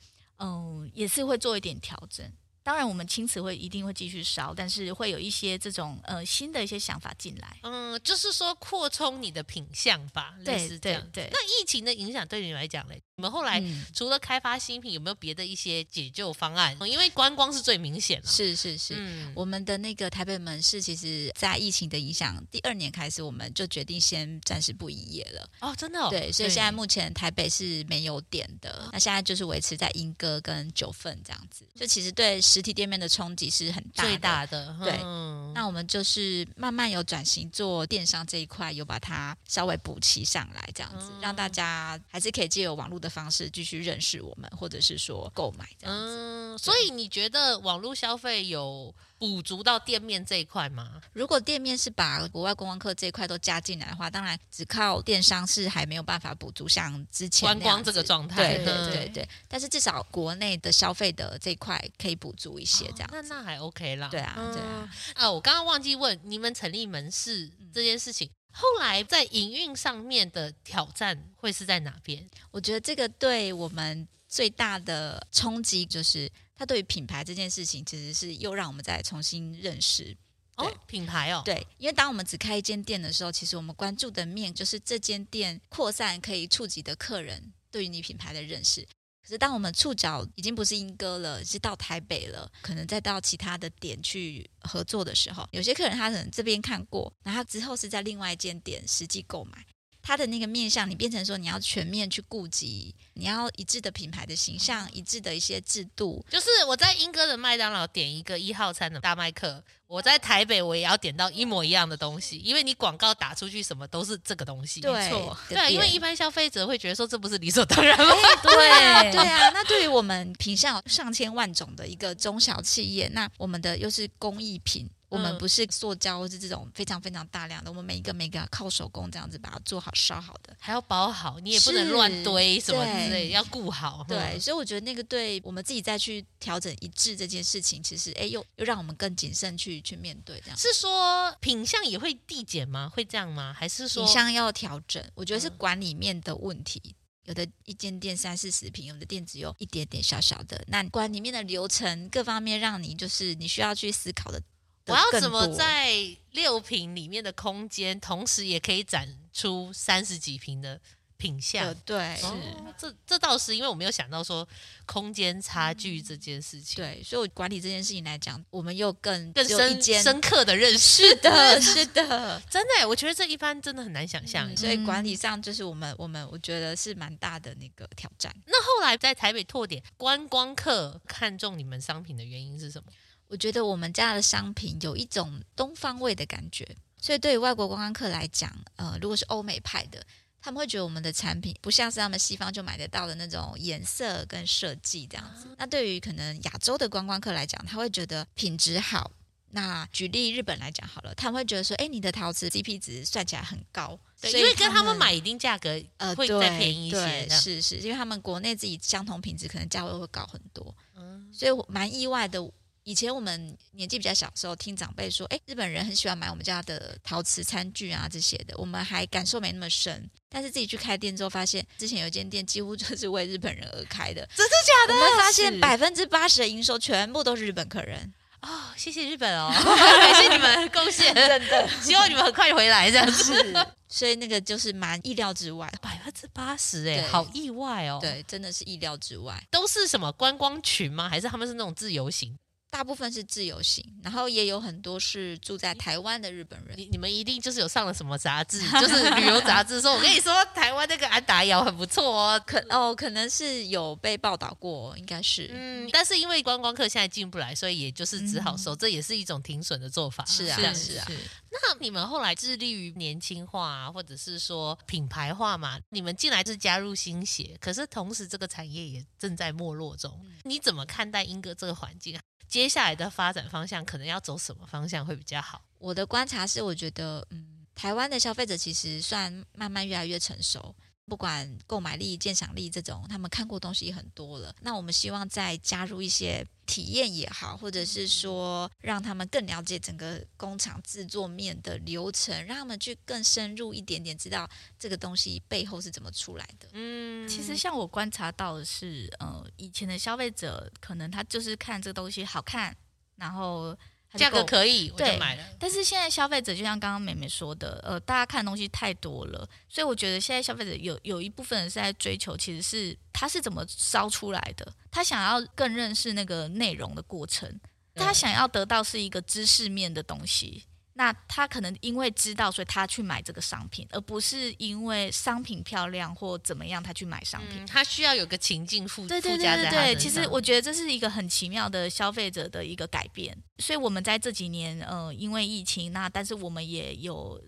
Speaker 3: 嗯、也是会做一点调整。当然，我们青瓷会一定会继续烧，但是会有一些这种呃新的一些想法进来。
Speaker 2: 嗯，就是说扩充你的品相吧，类
Speaker 3: 对
Speaker 2: 似这
Speaker 3: 对
Speaker 2: 样。
Speaker 3: 对，
Speaker 2: 那疫情的影响对你来讲嘞，你们后来
Speaker 1: 嗯
Speaker 2: 除了开发新品，有没有别的一些解救方案？因为观光是最明显的，
Speaker 1: (laughs) 是是是，
Speaker 2: 嗯，
Speaker 1: 我们的那个台北门市，其实在疫情的影响，第二年开始我们就决定先暂时不营业了。
Speaker 2: 哦，真的、哦，
Speaker 1: 对，所以现在
Speaker 2: 对
Speaker 1: 目前台北是没有点的，那现在就是维持在莺歌跟九份这样子。就其实对实体店面的冲击是很大的
Speaker 2: 最。大的，
Speaker 1: 对
Speaker 2: 嗯
Speaker 1: 那我们就是慢慢有转型做电商这一块，有把它稍微补齐上来，这样子、
Speaker 2: 嗯
Speaker 1: 让大家还是可以借由网络的方式继续认识我们，或者是说购买这样子。
Speaker 2: 嗯，所以你觉得网络消费有补足到店面这一块吗？
Speaker 1: 如果店面是把国外观光客这一块都加进来的话，当然只靠电商是还没有办法补足像之前
Speaker 2: 观
Speaker 1: 那样
Speaker 2: 光这个
Speaker 1: 子
Speaker 2: 状态，
Speaker 1: 对对
Speaker 2: 嗯
Speaker 1: 对对对，但是至少国内的消费的这一块可以补足一些这样
Speaker 2: 那
Speaker 1: 子。
Speaker 2: 那还 OK 啦。
Speaker 1: 对啊
Speaker 2: 嗯
Speaker 1: 对啊。
Speaker 2: 啊，我刚刚忘记问你们成立门市这件事情，后来在营运上面的挑战会是在哪边？
Speaker 1: 我觉得这个对我们最大的冲击就是，它对于品牌这件事情，其实是又让我们再重新认识。
Speaker 2: 哦
Speaker 1: 对，
Speaker 2: 品牌哦，
Speaker 1: 对，因为当我们只开一间店的时候，其实我们关注的面就是这间店扩散可以触及的客人对于你品牌的认识。可是当我们触角已经不是莺歌了，是到台北了，可能再到其他的点去合作的时候，有些客人他可能这边看过，然后他之后是在另外一间点实际购买。他的那个面向，你变成说你要全面去顾及，你要一致的品牌的形象，一致的一些制度，
Speaker 2: 就是我在英歌的麦当劳点一个一号餐的大麦克，我在台北我也要点到一模一样的东西，因为你广告打出去什么都是这个东西。
Speaker 1: 对
Speaker 2: 没错
Speaker 1: 的
Speaker 2: 对啊，因为
Speaker 1: 店
Speaker 2: 一般消费者会觉得说这不是理所当然吗？
Speaker 3: 对
Speaker 1: 哎 (laughs) 对啊，那对于我们品相有上千万种的一个中小企业，那我们的又是工艺品。我们
Speaker 2: 嗯
Speaker 1: 不是塑胶或是这种非常非常大量的，我们每一个每一个靠手工这样子把它做好烧好的。
Speaker 2: 还要包好，你也不能
Speaker 1: 是
Speaker 2: 乱堆什么之类的，
Speaker 1: 对
Speaker 2: 要顾好。
Speaker 1: 对，所以我觉得那个对我们自己再去调整一致这件事情，其实哎又又让我们更谨慎去去面对这样。
Speaker 2: 是说品相也会递减吗？会这样吗？还是说
Speaker 1: 品相要调整，我觉得是
Speaker 2: 嗯
Speaker 1: 管理面的问题。有的一间店三四十平，有的店只有一点点小小的，那管里面的流程各方面，让你就是你需要去思考的。
Speaker 2: 我要
Speaker 1: 的更
Speaker 2: 怎么
Speaker 1: 多
Speaker 2: 在六平里面的空间，同时也可以展出三十几平的品
Speaker 1: 呃
Speaker 2: 相。
Speaker 1: 对
Speaker 3: 是
Speaker 2: 哦这这倒是因为我没有想到说空间差距这件事情，
Speaker 1: 对，所以我管理这件事情来讲，我们又更
Speaker 2: 更
Speaker 1: 嗯只有一
Speaker 2: 深
Speaker 1: 间
Speaker 2: 深刻的认识。
Speaker 1: 是
Speaker 2: (laughs)
Speaker 1: 的，是的，嗯
Speaker 2: 真的耶，我觉得这一般真的很难想象耶。
Speaker 1: 所以管
Speaker 2: 嗯
Speaker 1: 理上就是我们我们我觉得是蛮大的那个挑战。
Speaker 2: 那后来在台北拓点，观光客看中你们商品的原因是什么？
Speaker 1: 我觉得我们家的商品有一种东方味的感觉，所以对于外国观光客来讲，呃，如果是欧美派的，他们会觉得我们的产品不像是他们西方就买得到的那种颜色跟设计这样子。那对于可能亚洲的观光客来讲，他会觉得品质好。那举例日本来讲好了，他们会觉得说，哎，你的陶瓷 CP 值算起来很高，
Speaker 2: 对，
Speaker 1: 所以
Speaker 2: 因为跟他们买一定价格
Speaker 1: 呃
Speaker 2: 会
Speaker 1: 对
Speaker 2: 再便宜一些
Speaker 1: 对
Speaker 2: 这样
Speaker 1: 是是，因为他们国内自己相同品质可能价位会高很多，
Speaker 2: 嗯
Speaker 1: 所以我蛮意外的。以前我们年纪比较小的时候，听长辈说，哎，日本人很喜欢买我们家的陶瓷餐具啊这些的，我们还感受没那么深。但是自己去开店之后，发现之前有一间店几乎就是为日本人而开的，
Speaker 2: 真的假
Speaker 1: 我们发现
Speaker 2: 是
Speaker 1: 百分之八十的营收全部都是日本客
Speaker 2: (laughs)
Speaker 1: 人，
Speaker 2: 哦，谢谢日本
Speaker 1: (laughs)
Speaker 2: 哦，感谢你们的贡献，
Speaker 1: 真的
Speaker 2: 希望你们很快回来
Speaker 1: (laughs)
Speaker 2: 这样子。
Speaker 1: 是，所以那个就是蛮意料之外，
Speaker 2: 百分之八十哎，
Speaker 1: 对
Speaker 2: 好意外哦。，
Speaker 1: 对，真的是意料之外。
Speaker 2: 都是什么观光群吗？还是他们是那种自由行？
Speaker 1: 大部分是自由行，然后也有很多是住在台湾的日本人。
Speaker 2: 你你们一定就是有上了什么杂志，就是旅游杂志，说我跟你说台湾那个安达窑很不错哦。
Speaker 1: 可哦，可能是有被报道过，应该是、
Speaker 2: 嗯，但是因为观光客现在进不来，所以也就是只好收，这也是一种停损的做法。
Speaker 1: 嗯是啊
Speaker 2: 这样
Speaker 1: 是啊。
Speaker 3: 嗯
Speaker 2: 那你们后来致力于年轻化、啊，或者是说品牌化嘛？你们进来是加入新鞋，可是同时这个产业也正在没落中。
Speaker 1: 嗯
Speaker 2: 你怎么看待英哥这个环境啊？接下来的发展方向可能要走什么方向会比较好？
Speaker 1: 我的观察是，我觉得嗯，台湾的消费者其实算慢慢越来越成熟。不管购买力、鉴赏力这种，他们看过东西很多了。那我们希望再加入一些体验也好，或者是说让他们更了解整个工厂制作面的流程，让他们去更深入一点点，知道这个东西背后是怎么出来的。
Speaker 2: 嗯，
Speaker 3: 其实像我观察到的是，呃，以前的消费者可能他就是看这个东西好看，然后他就
Speaker 2: 价格
Speaker 3: 购
Speaker 2: 可以，我就
Speaker 3: 对
Speaker 2: 买了。
Speaker 3: 但是现在消费者就像刚刚美美说的，呃，大家看的东西太多了，所以我觉得现在消费者有有一部分人是在追求，其实是他是怎么烧出来的，他想要更认识那个内容的过程，
Speaker 2: 对
Speaker 3: 他想要得到是一个知识面的东西。那他可能因为知道，所以他去买这个商品，而不是因为商品漂亮或怎么样他去买商品。
Speaker 2: 嗯，它需要有个情境附
Speaker 3: 对对
Speaker 2: 附
Speaker 3: 对
Speaker 2: 加在
Speaker 3: 对
Speaker 2: 它
Speaker 3: 对，
Speaker 2: 身
Speaker 3: 其实
Speaker 2: 上
Speaker 3: 我觉得这是一个很奇妙的消费者的一个改变。所以我们在这几年，呃，因为疫情，那但是我们也有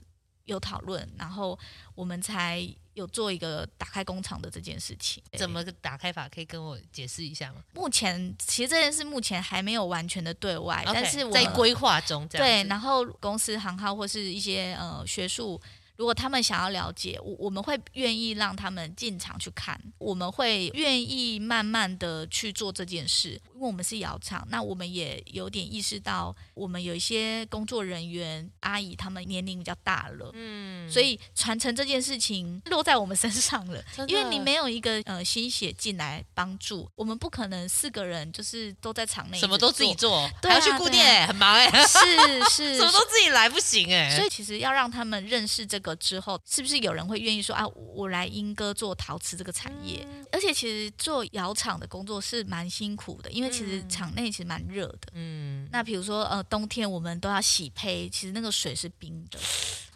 Speaker 3: 有讨论，然后我们才有做一个打开工厂的这件事情。
Speaker 2: 怎么个打开法可以跟我解释一下吗？
Speaker 3: 目前其实这件事目前还没有完全的对外
Speaker 2: OK，
Speaker 3: 哎但是我
Speaker 2: 在
Speaker 3: 们
Speaker 2: 规划中，这
Speaker 3: 对
Speaker 2: 样，子
Speaker 3: 然后公司行号或是一些呃学术，如果他们想要了解，我我们会愿意让他们进场去看，我们会愿意慢慢的去做这件事，因为我们是窑厂，那我们也有点意识到，我们有一些工作人员阿姨他们年龄比较大了，
Speaker 2: 嗯
Speaker 3: 所以传承这件事情落在我们身上了，
Speaker 2: (laughs) 真的
Speaker 3: 因为你没有一个呃心血进来帮助，我们不可能四个人就是都在场内
Speaker 2: 什么
Speaker 3: 一直
Speaker 2: 都自己
Speaker 3: 做。
Speaker 2: 做， (laughs)
Speaker 3: 对
Speaker 2: 还
Speaker 3: 啊
Speaker 2: 要去顾店、
Speaker 3: 对
Speaker 2: 很忙哎、
Speaker 3: 是 (laughs) 是，
Speaker 2: 什么都自己来不行哎、
Speaker 3: 所以其实要让他们认识这个之后，是不是有人会愿意说啊，我我来英歌做陶瓷这个产业？而且其实做窑厂的工作是蛮辛苦的，因为其实
Speaker 2: 嗯
Speaker 3: 厂内其实蛮热的。
Speaker 2: 嗯，
Speaker 3: 那比如说呃，冬天我们都要洗胚，其实那个水是冰的。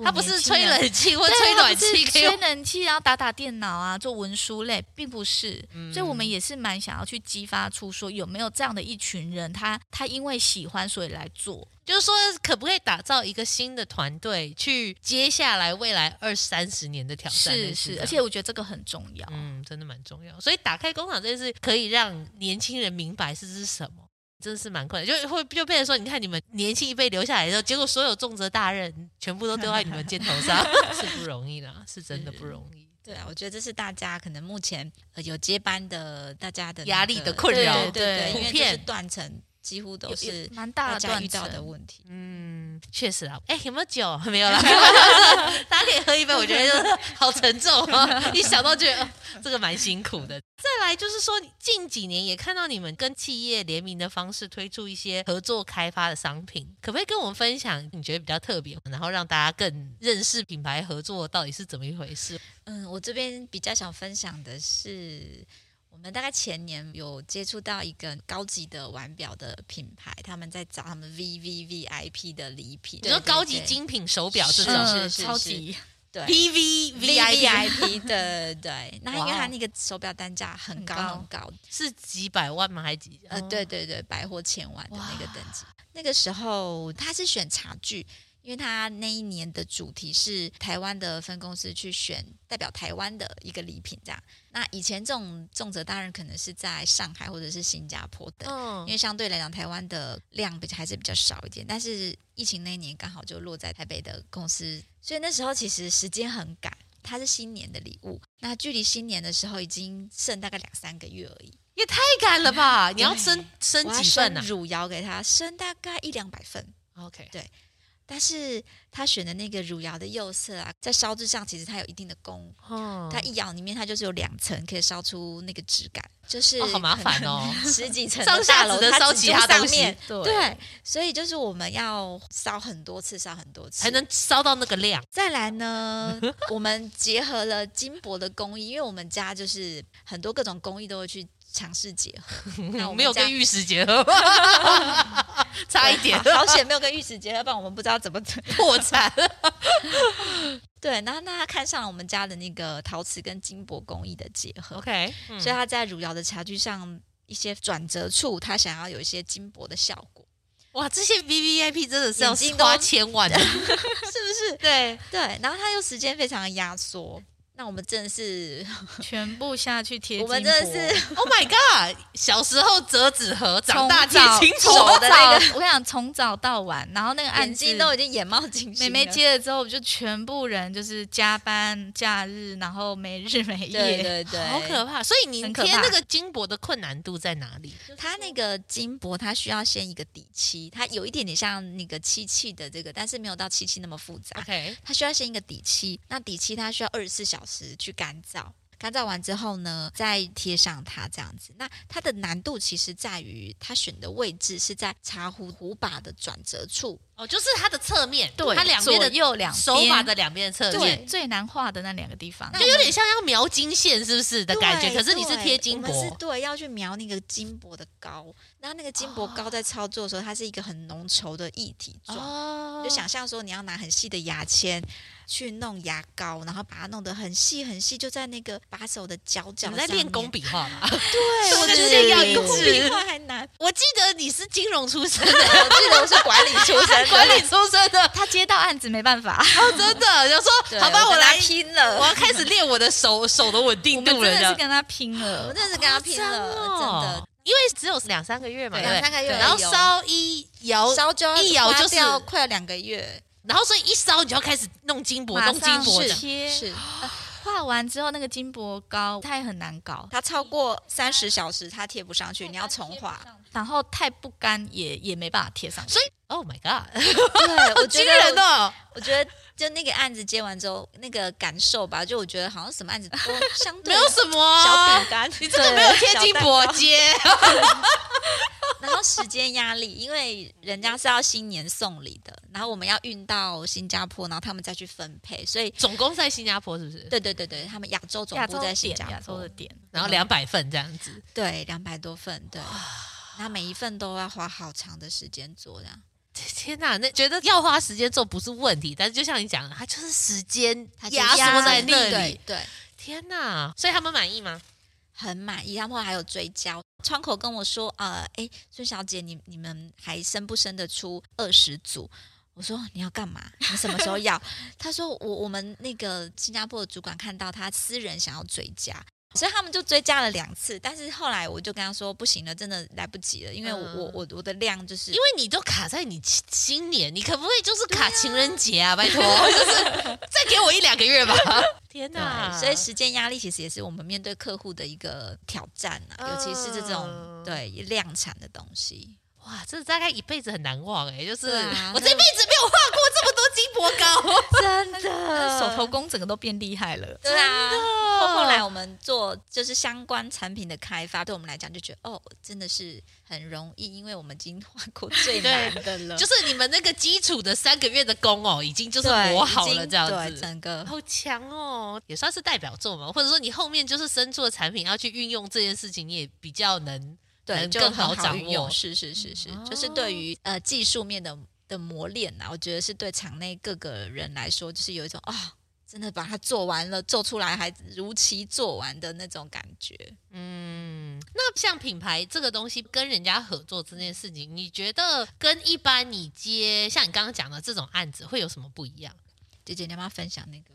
Speaker 2: 他不是吹冷气或
Speaker 3: 啊对，
Speaker 2: 吹
Speaker 3: 它
Speaker 2: 暖
Speaker 3: 不是
Speaker 2: 气给
Speaker 3: 吹
Speaker 2: 我，
Speaker 3: 冷气，然后打打电脑啊，做文书类，并不是。
Speaker 2: 嗯
Speaker 3: 所以我们也是蛮想要去激发出说，有没有这样的一群人，他他因为喜欢所以来做。
Speaker 2: 就是说，可不可以打造一个新的团队，去接下来未来二三十年的挑战？类似这
Speaker 3: 是是，
Speaker 2: 样
Speaker 3: 而且我觉得这个很重要。
Speaker 2: 嗯，真的蛮重要。所以打开工厂这件事，可以让年轻人明白是是什么。真的是蛮困难，就会就变成说，你看你们年轻一辈留下来之后，结果所有重责大任全部都丢在你们肩头上，是不容易啦，是真的不容易。
Speaker 1: 对啊，我觉得这是大家可能目前、呃、有接班的大家的那个
Speaker 2: 压力的困扰
Speaker 1: 对对对对，
Speaker 3: 对
Speaker 1: 因为
Speaker 2: 普
Speaker 1: 这
Speaker 2: 遍
Speaker 1: 是断层几乎都
Speaker 3: 有有
Speaker 1: 是
Speaker 3: 蛮大
Speaker 1: 大
Speaker 3: 的
Speaker 1: 家
Speaker 3: 断
Speaker 1: 遇到
Speaker 3: 层
Speaker 1: 的问题。
Speaker 2: 嗯，确实啊。哎，有没有酒？ (laughs) 没有啦，大家可以喝一杯。我觉得就是好沉重 (laughs) 啊，一想到觉得、哦这个蛮辛苦的。再来就是说，近几年也看到你们跟企业联名的方式推出一些合作开发的商品，可不可以跟我们分享你觉得比较特别，然后让大家更认识品牌合作到底是怎么一回事？
Speaker 1: 嗯，我这边比较想分享的是，我们大概前年有接触到一个高级的腕表的品牌，他们在找他们 V V V I P 的礼品，
Speaker 2: 你说
Speaker 1: 对
Speaker 2: 高级。
Speaker 1: 对对
Speaker 2: 精品手表
Speaker 1: 是
Speaker 2: 这种
Speaker 1: 嗯
Speaker 3: 呃
Speaker 1: 是
Speaker 3: 超
Speaker 1: 是
Speaker 3: 级
Speaker 1: 对
Speaker 2: P V
Speaker 1: V
Speaker 2: V I P
Speaker 1: P 的对，那因为
Speaker 2: 哇
Speaker 1: 它
Speaker 2: 哦
Speaker 1: 那个手表单价很高
Speaker 3: 很
Speaker 1: 很高，
Speaker 2: 是几百万吗？还是几？
Speaker 1: 呃，对对对，百货千万的那个等级。那个时候他是选茶具，因为他那一年的主题是台湾的分公司去选代表台湾的一个礼品，这样。那以前这种重责大人可能是在上海或者是新加坡等，
Speaker 2: 嗯
Speaker 1: 因，为相对来讲台湾的量比较还是比较少一点，但是疫情那一年刚好就落在台北的公司，所以那时候其实时间很赶，它是新年的礼物，那距离新年的时候已经剩大概两三个月而已。
Speaker 2: 也太赶了吧！你要升升
Speaker 1: 我要
Speaker 2: 几份
Speaker 1: 生
Speaker 2: 啊
Speaker 1: 汝窑给他生大概一两百份，
Speaker 2: ？OK，
Speaker 1: 但是他选的那个汝窑的釉色啊，在烧制上其实它有一定的功夫，
Speaker 2: 哦
Speaker 1: 它一窑里面它就是有两层可以烧出那个质感，就是、
Speaker 2: 哦好麻烦，哦。
Speaker 1: (laughs) 十几层
Speaker 2: 上
Speaker 1: 大
Speaker 2: 下
Speaker 1: 楼
Speaker 2: 只能
Speaker 1: 它
Speaker 2: 烧
Speaker 1: 只
Speaker 2: 其
Speaker 1: 做
Speaker 2: 他东
Speaker 1: 上
Speaker 2: 西
Speaker 1: 面
Speaker 3: 对
Speaker 1: 对，所以就是我们要烧很多次，烧很多次
Speaker 2: 才能烧到那个量，
Speaker 1: 再来呢，我们结合了金箔的工艺，因为我们家就是很多各种工艺都会去尝试结合。那我们
Speaker 2: 没有
Speaker 1: 家
Speaker 2: 跟玉石结合，差一点
Speaker 1: 对 (laughs) 好好险没有跟玉石结合，不然我们不知道怎么
Speaker 2: 破
Speaker 1: (laughs)
Speaker 2: 产。
Speaker 1: 对。然后那他看上了我们家的那个陶瓷跟金箔工艺的结合
Speaker 2: OK，嗯
Speaker 3: 嗯
Speaker 1: 所以他在汝窑的茶具上一些转折处，他想要有一些金箔的效果，
Speaker 2: 哇，这些 V V I P 真的是要
Speaker 1: 眼睛都
Speaker 2: 花千
Speaker 1: (laughs)
Speaker 2: 万的，
Speaker 1: 是不是？ (laughs)
Speaker 2: 对，
Speaker 1: 对。然后他又时间非常的压缩，那我们真的是，
Speaker 3: 全部下去贴金箔，
Speaker 1: 我们真的是
Speaker 2: Oh my God！小时候折纸盒，长大贴
Speaker 3: 从
Speaker 2: 金
Speaker 3: 早
Speaker 2: 箔，
Speaker 3: 从早
Speaker 1: (laughs)
Speaker 3: 我跟你讲，从早到晚，然后那个案
Speaker 1: 眼
Speaker 3: 子
Speaker 1: 睛都已经眼冒金星
Speaker 3: 妹
Speaker 1: 了。
Speaker 3: 妹接了之后，我就全部人就是加班、假日，然后没日没
Speaker 1: 对
Speaker 3: 夜。
Speaker 1: 对对，
Speaker 2: 好可怕。所以你
Speaker 3: 很可
Speaker 2: 贴
Speaker 3: 怕
Speaker 2: 那个金箔的困难度在哪里？
Speaker 1: 它那个金箔，它需要先一个底漆，它有一点点像那个漆器的这个，但是没有到漆器那么复杂。
Speaker 2: OK，
Speaker 1: 它需要先一个底漆，那底漆它需要二十四小时去干燥，干燥完之后呢，再贴上它这样子。那它的难度其实在于它选的位置是在茶壶壶把的转折处，
Speaker 2: 哦，就是它的侧面，
Speaker 3: 对，
Speaker 2: 它两边
Speaker 3: 左
Speaker 2: 的
Speaker 3: 右两边
Speaker 2: 手法的两边的侧面
Speaker 3: 对，最难画的那两个地方。
Speaker 2: 就有点像要描金线，是不是的感觉？
Speaker 1: 对
Speaker 2: 可是你是
Speaker 1: 对
Speaker 2: 贴金
Speaker 1: 我们是
Speaker 2: 箔，
Speaker 1: 对要去描那个金箔的膏，那那个金箔膏在操作的时候，它是一个很浓稠的液体状。
Speaker 2: 哦
Speaker 1: 就想象说你要拿很细的牙签去弄牙膏，然后把它弄得很细很细，就在那个把手的角角上
Speaker 2: 你在练
Speaker 1: 面
Speaker 2: 工，笔画吧？
Speaker 1: 对，我
Speaker 2: 是
Speaker 1: 觉
Speaker 2: 不
Speaker 1: 得
Speaker 2: 是要
Speaker 1: 比
Speaker 2: 一
Speaker 1: 工
Speaker 2: 致
Speaker 1: 笔画还难。
Speaker 2: (laughs) 我记得你是金融出
Speaker 1: (laughs) 我
Speaker 2: 身
Speaker 1: (laughs)
Speaker 2: 的，
Speaker 1: 记得我是管理
Speaker 3: (laughs)
Speaker 1: 出身的，
Speaker 2: 管理出身
Speaker 1: (laughs)
Speaker 2: 的，
Speaker 3: 他接到案子没办法，
Speaker 2: 哦真的，要说
Speaker 1: 对
Speaker 2: 好吧，
Speaker 1: 我
Speaker 2: 我
Speaker 1: 跟他
Speaker 2: 来，
Speaker 1: 拼
Speaker 2: 我
Speaker 1: 了，
Speaker 2: 要开始练我的手手的稳
Speaker 3: 我
Speaker 2: 定
Speaker 3: 们
Speaker 2: 度
Speaker 3: 真
Speaker 2: 了，
Speaker 3: 的是
Speaker 2: 这样
Speaker 3: 跟他拼
Speaker 1: 我
Speaker 3: 了。
Speaker 1: 真的是跟他拼了，真的。，
Speaker 2: 因为只有两三个月嘛，
Speaker 1: 对
Speaker 2: 对
Speaker 1: 两
Speaker 2: 不对
Speaker 1: 三个月
Speaker 2: 然后
Speaker 1: 而已哦
Speaker 2: 烧一摇，
Speaker 1: 烧焦
Speaker 2: 一摇
Speaker 1: 花
Speaker 2: 就是
Speaker 1: 掉快两个月，
Speaker 2: 然后所以一烧你就要开始弄金箔，
Speaker 3: 马
Speaker 2: 弄金
Speaker 3: 上
Speaker 2: 箔
Speaker 3: 是
Speaker 2: 的，
Speaker 3: 贴，
Speaker 1: 是
Speaker 3: 画完之后那个金箔膏它也很难搞，
Speaker 1: 它超过三十小时它贴不上去，你要重画。
Speaker 3: 然后太不干也也没办法贴上去。
Speaker 2: 所以 Oh my God，
Speaker 1: 对，我觉
Speaker 2: 惊人
Speaker 1: 得，
Speaker 2: 哦！
Speaker 1: 我觉得就那个案子接完之后，那个感受吧，就我觉得好像什么案 (laughs) 子都相
Speaker 2: 没
Speaker 1: 对
Speaker 2: 有什么
Speaker 1: 小
Speaker 2: 啊
Speaker 1: 饼，干，
Speaker 2: 你这个没有贴金箔接，
Speaker 1: 然后时间压力，因为人家是要新年送礼的，然后我们要运到新加坡，然后他们再去分配，所以
Speaker 2: 总共在新加坡是不是？
Speaker 1: 对对对对，他们亚洲总
Speaker 3: 亚
Speaker 1: 部
Speaker 3: 洲
Speaker 1: 在新
Speaker 3: 点
Speaker 1: 加，坡，
Speaker 3: 亚洲的点，
Speaker 2: 然后两百份这样子，
Speaker 1: 对两百多份，对，那每一份都要花好长的时间做这样，
Speaker 2: 天呐，那觉得要花时间做不是问题，但是就像你讲的，它就是时间
Speaker 1: 它就是
Speaker 2: 压缩在那里
Speaker 1: 对。对，
Speaker 2: 天呐，所以他们满意吗？
Speaker 1: 很满意，他们还有追焦。窗口跟我说，呃，诶，孙小姐，你你们还生不生得出二十组？我说你要干嘛？你什么时候要？ (laughs) 他说我我们那个新加坡的主管看到他私人想要追加，所以他们就追加了两次。但是后来我就跟他说不行了，真的来不及了，因为我、
Speaker 2: 嗯
Speaker 1: 我我我的量就是
Speaker 2: 因为你都卡在你新新年，你可不可以就是卡情人节啊？
Speaker 1: (laughs)
Speaker 2: 拜托，就是再给我一两个月吧。天呐，
Speaker 1: 对，所以时间压力其实也是我们面对客户的一个挑战啊，尤其是这种
Speaker 2: 嗯
Speaker 1: 对量产的东西。
Speaker 2: 哇，这大概一辈子很难忘哎、就是、
Speaker 1: 对啊
Speaker 2: 我
Speaker 1: 那
Speaker 2: 这辈子没有画过这么多金箔膏，
Speaker 1: 真
Speaker 3: 那
Speaker 1: 的
Speaker 3: 手头工整个都变厉害了。
Speaker 1: (laughs) 对啊。后后
Speaker 2: 后
Speaker 1: 来我们做就是相关产品的开发，对我们来讲就觉得哦，真的是很容易，因为我们已经画过最难的了，
Speaker 2: 就是你们那个基础的三个月的工哦，已经就是磨好了这样
Speaker 1: 对已经对
Speaker 2: 子。
Speaker 1: 整个
Speaker 2: 好强哦，也算是代表作嘛，或者说你后面就是生出的产品要去运用这件事情，你也比较能
Speaker 1: 对
Speaker 3: 嗯
Speaker 2: 能
Speaker 1: 就
Speaker 2: 更
Speaker 1: 很
Speaker 2: 好掌
Speaker 1: 运用
Speaker 2: 握
Speaker 1: 是是是是，
Speaker 2: 嗯
Speaker 1: 就是
Speaker 3: 哦
Speaker 1: 对于呃技术面的的磨练呐、我觉得是对场内各个人来说，就是有一种啊、真的把它做完了，做出来还如期做完的那种感觉。
Speaker 2: 嗯，那像品牌这个东西跟人家合作这件事情，你觉得跟一般你接像你刚刚讲的这种案子会有什么不一样？
Speaker 1: 姐姐，你要不要分享那个？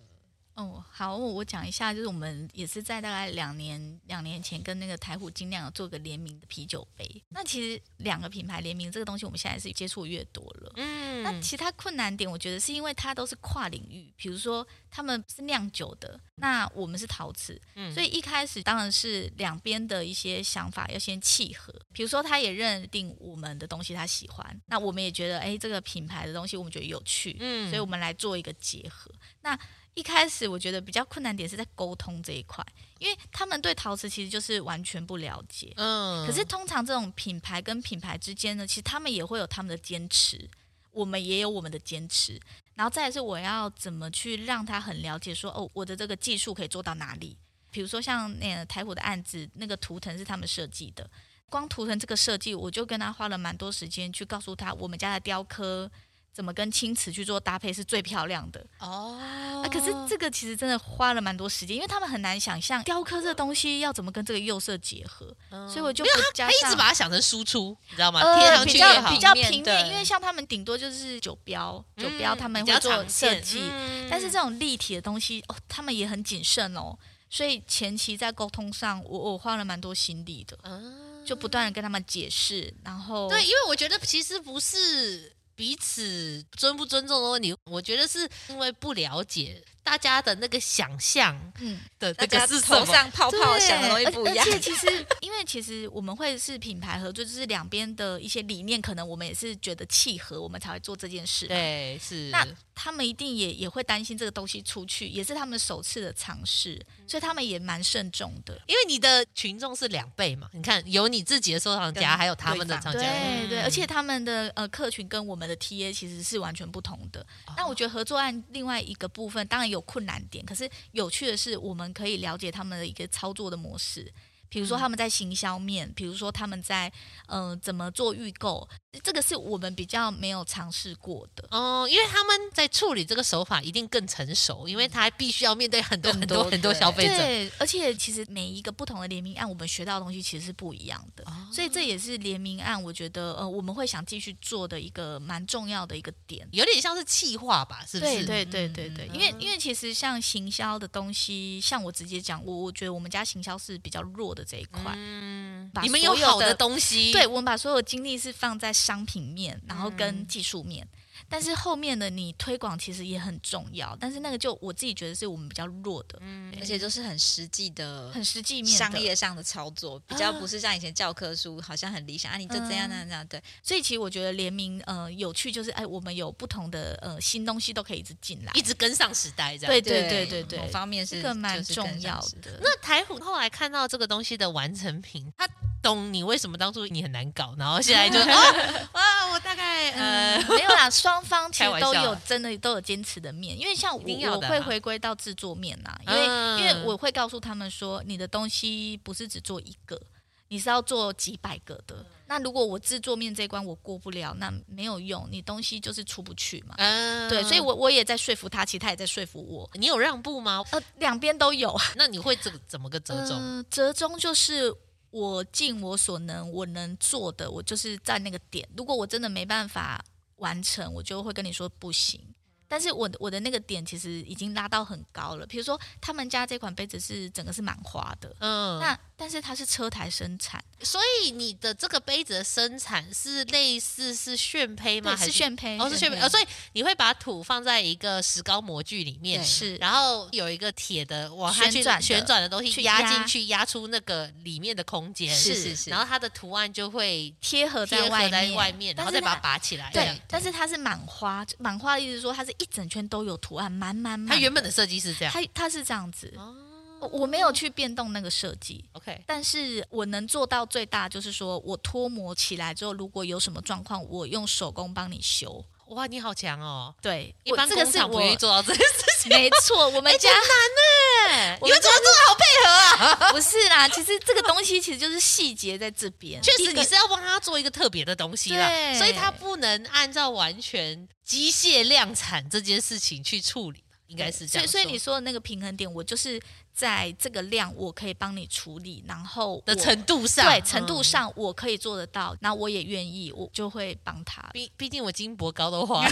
Speaker 3: 哦，好，我我讲一下，就是我们也是在大概两年两年前跟那个台虎精酿有做个联名的啤酒杯。那其实两个品牌联名这个东西，我们现在是接触越多了。
Speaker 2: 嗯
Speaker 3: 那其他困难点，我觉得是因为它都是跨领域，比如说他们是酿酒的，那我们是陶瓷，
Speaker 2: 嗯
Speaker 3: 所以一开始当然是两边的一些想法要先契合。比如说，他也认定我们的东西他喜欢，那我们也觉得，哎，这个品牌的东西我们觉得有趣，
Speaker 2: 嗯
Speaker 3: 所以我们来做一个结合。那一开始我觉得比较困难点是在沟通这一块，因为他们对陶瓷其实就是完全不了解，
Speaker 2: 嗯
Speaker 3: 可是通常这种品牌跟品牌之间呢，其实他们也会有他们的坚持，我们也有我们的坚持。然后再来是我要怎么去让他很了解说，哦，我的这个技术可以做到哪里？比如说像那个台虎的案子，那个图腾是他们设计的，光图腾这个设计，我就跟他花了蛮多时间去告诉他，我们家的雕刻怎么跟青瓷去做搭配是最漂亮的。
Speaker 2: 哦
Speaker 3: 啊，可是这个其实真的花了蛮多时间，因为他们很难想象雕刻这东西要怎么跟这个釉色结合，所以我就不加
Speaker 2: 嗯他一
Speaker 3: 上
Speaker 2: 直把它想成输出，你知道吗？
Speaker 3: 呃
Speaker 2: 贴上
Speaker 3: 比
Speaker 2: 去
Speaker 3: 较
Speaker 2: 也好
Speaker 3: 比，较
Speaker 1: 平面
Speaker 3: 平面，
Speaker 1: 对
Speaker 3: 因为像他们顶多就是酒标，酒标
Speaker 2: 嗯
Speaker 3: 他们
Speaker 2: 比
Speaker 3: 会
Speaker 2: 较
Speaker 3: 做
Speaker 2: 常
Speaker 3: 设
Speaker 2: 见
Speaker 3: 计，
Speaker 2: 嗯
Speaker 3: 但是这种立体的东西哦，他们也很谨慎哦，所以前期在沟通上，我我花了蛮多心力的，
Speaker 2: 啊
Speaker 3: 就不断的跟他们解释，然后
Speaker 2: 对，因为我觉得其实不是彼此尊不尊重的问题，我觉得是因为不了解大家的那个想象
Speaker 3: 嗯，
Speaker 2: 的
Speaker 1: 大
Speaker 2: 这
Speaker 1: 家
Speaker 2: 个是什
Speaker 1: 头
Speaker 2: 么。
Speaker 1: 上泡泡
Speaker 3: 对
Speaker 1: 想的东西
Speaker 3: 而
Speaker 1: 不一样
Speaker 3: 而。且其实，因为其实我们会是品牌合作，就是两边的一些理念，可能我们也是觉得契合，我们才会做这件事嘛。
Speaker 2: 对，是
Speaker 3: 那他们一定也也会担心这个东西出去，也是他们首次的尝试，所以他们也蛮慎重的。
Speaker 2: 因为你的群众是两倍嘛，你看有你自己的收藏
Speaker 1: 跟
Speaker 2: 家，还有他们的
Speaker 1: 对
Speaker 2: 藏
Speaker 1: 方
Speaker 2: 家，
Speaker 3: 对
Speaker 2: 嗯
Speaker 3: 对，而且他们的呃客群跟我们的 TA 其实是完全不同的。那我觉得合作案另外一个部分当然有困难点，可是有趣的是，我们可以了解他们的一个操作的模式。比如说他们在行销面，比如说他们在嗯、呃怎么做预购，这个是我们比较没有尝试过的。
Speaker 2: 哦，因为他们在处理这个手法一定更成熟，因为他必须要面对很多
Speaker 1: 更
Speaker 2: 很
Speaker 1: 多
Speaker 2: 多很多
Speaker 1: 对
Speaker 2: 消费者。
Speaker 3: 嗯对，而且其实每一个不同的联名案，我们学到的东西其实是不一样的。
Speaker 2: 哦
Speaker 3: 所以这也是联名案，我觉得呃我们会想继续做的一个蛮重要的一个点。
Speaker 2: 有点像是气化吧，是不是？
Speaker 3: 对对对
Speaker 2: 嗯
Speaker 3: 对对，
Speaker 2: 嗯
Speaker 3: 因为因为其实像行销的东西，像我直接讲，我我觉得我们家行销是比较弱的这一块。
Speaker 2: 嗯
Speaker 3: 把
Speaker 2: 你们有
Speaker 3: 所有
Speaker 2: 好的
Speaker 3: 的
Speaker 2: 东西，
Speaker 3: 对，我们把所有精力是放在商品面，然后
Speaker 2: 嗯
Speaker 3: 跟技术面，但是后面的你推广其实也很重要，但是那个就我自己觉得是我们比较弱
Speaker 2: 嗯
Speaker 3: 的，
Speaker 1: 而且都是很实际的
Speaker 3: 很实际面的啊
Speaker 1: 商业上的操作，比较不是像以前教科书好像很理想啊，你就这样
Speaker 3: 嗯
Speaker 1: 那样那样对，
Speaker 3: 所以其实我觉得联名呃有趣就是哎，我们有不同的呃新东西都可以一直进来，
Speaker 2: 一直跟上时代这样。
Speaker 3: 对对对对
Speaker 1: 某
Speaker 3: 对，
Speaker 1: 方面是
Speaker 3: 这个蛮
Speaker 1: 就是
Speaker 3: 重
Speaker 1: 更
Speaker 3: 要
Speaker 1: 像是
Speaker 3: 的。
Speaker 2: 那台虎后来看到这个东西的完成品，他懂你为什么当初你很难搞，然后现 (laughs) 在就啊啊，我大概呃，
Speaker 3: 没有啦，双方其
Speaker 2: 开
Speaker 3: 实
Speaker 2: 玩
Speaker 3: 都
Speaker 2: 笑
Speaker 3: 有
Speaker 2: 啦
Speaker 3: 真的都有坚持的面，因为像我
Speaker 2: 一定要
Speaker 3: 我
Speaker 2: 的
Speaker 3: 会
Speaker 2: 啦
Speaker 3: 回归到制作面啦，因为、因为
Speaker 2: 嗯
Speaker 3: 我会告诉他们说，你的东西不是只做一个，你是要做几百个
Speaker 2: 嗯
Speaker 3: 的。那如果我制作面这一关我过不了，那没有用，你东西就是出不去嘛。
Speaker 2: 嗯
Speaker 3: 对，所以我我也在说服他，其实他也在说服我，
Speaker 2: 你有让步吗？
Speaker 3: 呃，两边都有。
Speaker 2: 那你会怎怎么个折中？
Speaker 3: 呃折中就是我尽我所能，我能做的，我就是在那个点。如果我真的没办法完成，我就会跟你说不行。但是我的我的那个点其实已经拉到很高了，比如说他们家这款杯子是整个是满花的，
Speaker 2: 嗯，
Speaker 3: 那但是它是车台生产，
Speaker 2: 所以你的这个杯子的生产是类似是炫胚吗？
Speaker 3: 对，
Speaker 2: 还
Speaker 3: 是炫胚，
Speaker 2: 哦，是炫胚哦，所以你会把土放在一个石膏模具里面
Speaker 1: 对，
Speaker 3: 是
Speaker 2: 然后有一个铁的往下去
Speaker 3: 旋转的
Speaker 2: 旋转的东西
Speaker 3: 去
Speaker 2: 压
Speaker 3: 压
Speaker 2: 进去，压出那个里面的空间，
Speaker 1: 是是是
Speaker 2: 然后它的图案就会
Speaker 3: 贴合
Speaker 2: 贴
Speaker 3: 在
Speaker 2: 合
Speaker 3: 外
Speaker 2: 在
Speaker 3: 面，
Speaker 2: 外面，然
Speaker 3: 但
Speaker 2: 后
Speaker 3: 是
Speaker 2: 再把它
Speaker 3: 它
Speaker 2: 拔起来。这样
Speaker 3: 对，但是它是满花，满花的意思是说它是一整圈都有图案，满满满。
Speaker 2: 它原本的设计是这样。
Speaker 3: 嗯它它是这样子，
Speaker 2: 哦
Speaker 3: 我我没有去变动那个设计。
Speaker 2: ，OK，
Speaker 3: 但是我能做到最大，就是说我脱模起来之后，如果有什么状况，我用手工帮你修。
Speaker 2: 哇，你好强哦！
Speaker 3: 对，
Speaker 2: 一
Speaker 3: 我
Speaker 2: 般
Speaker 3: 这个
Speaker 2: 工
Speaker 3: 是
Speaker 2: 厂不
Speaker 3: 我哎
Speaker 2: 愿意做到这件事
Speaker 3: (laughs)
Speaker 2: 情，
Speaker 3: 没错，我们家、
Speaker 2: 哎
Speaker 3: 我
Speaker 2: 你们
Speaker 3: 们
Speaker 2: 怎么做的好配合啊？
Speaker 3: 不是啦。其实这个东西其实就是细节在这边，
Speaker 2: 确实，
Speaker 3: 一个
Speaker 2: 你是要帮他做一个特别的东西啦，
Speaker 3: 对
Speaker 2: 所以他不能按照完全机械量产这件事情去处理吧，应该是这样
Speaker 3: 所以，
Speaker 2: 说。
Speaker 3: 所以你说的那个平衡点，我就是在这个量，我可以帮你处理，然后我
Speaker 2: 的程度上，
Speaker 3: 对程度
Speaker 2: 嗯，
Speaker 3: 上我可以做得到，那我也愿意，我就会帮他。
Speaker 2: 毕毕竟我金箔膏都 (laughs)
Speaker 3: (laughs)
Speaker 2: 花了，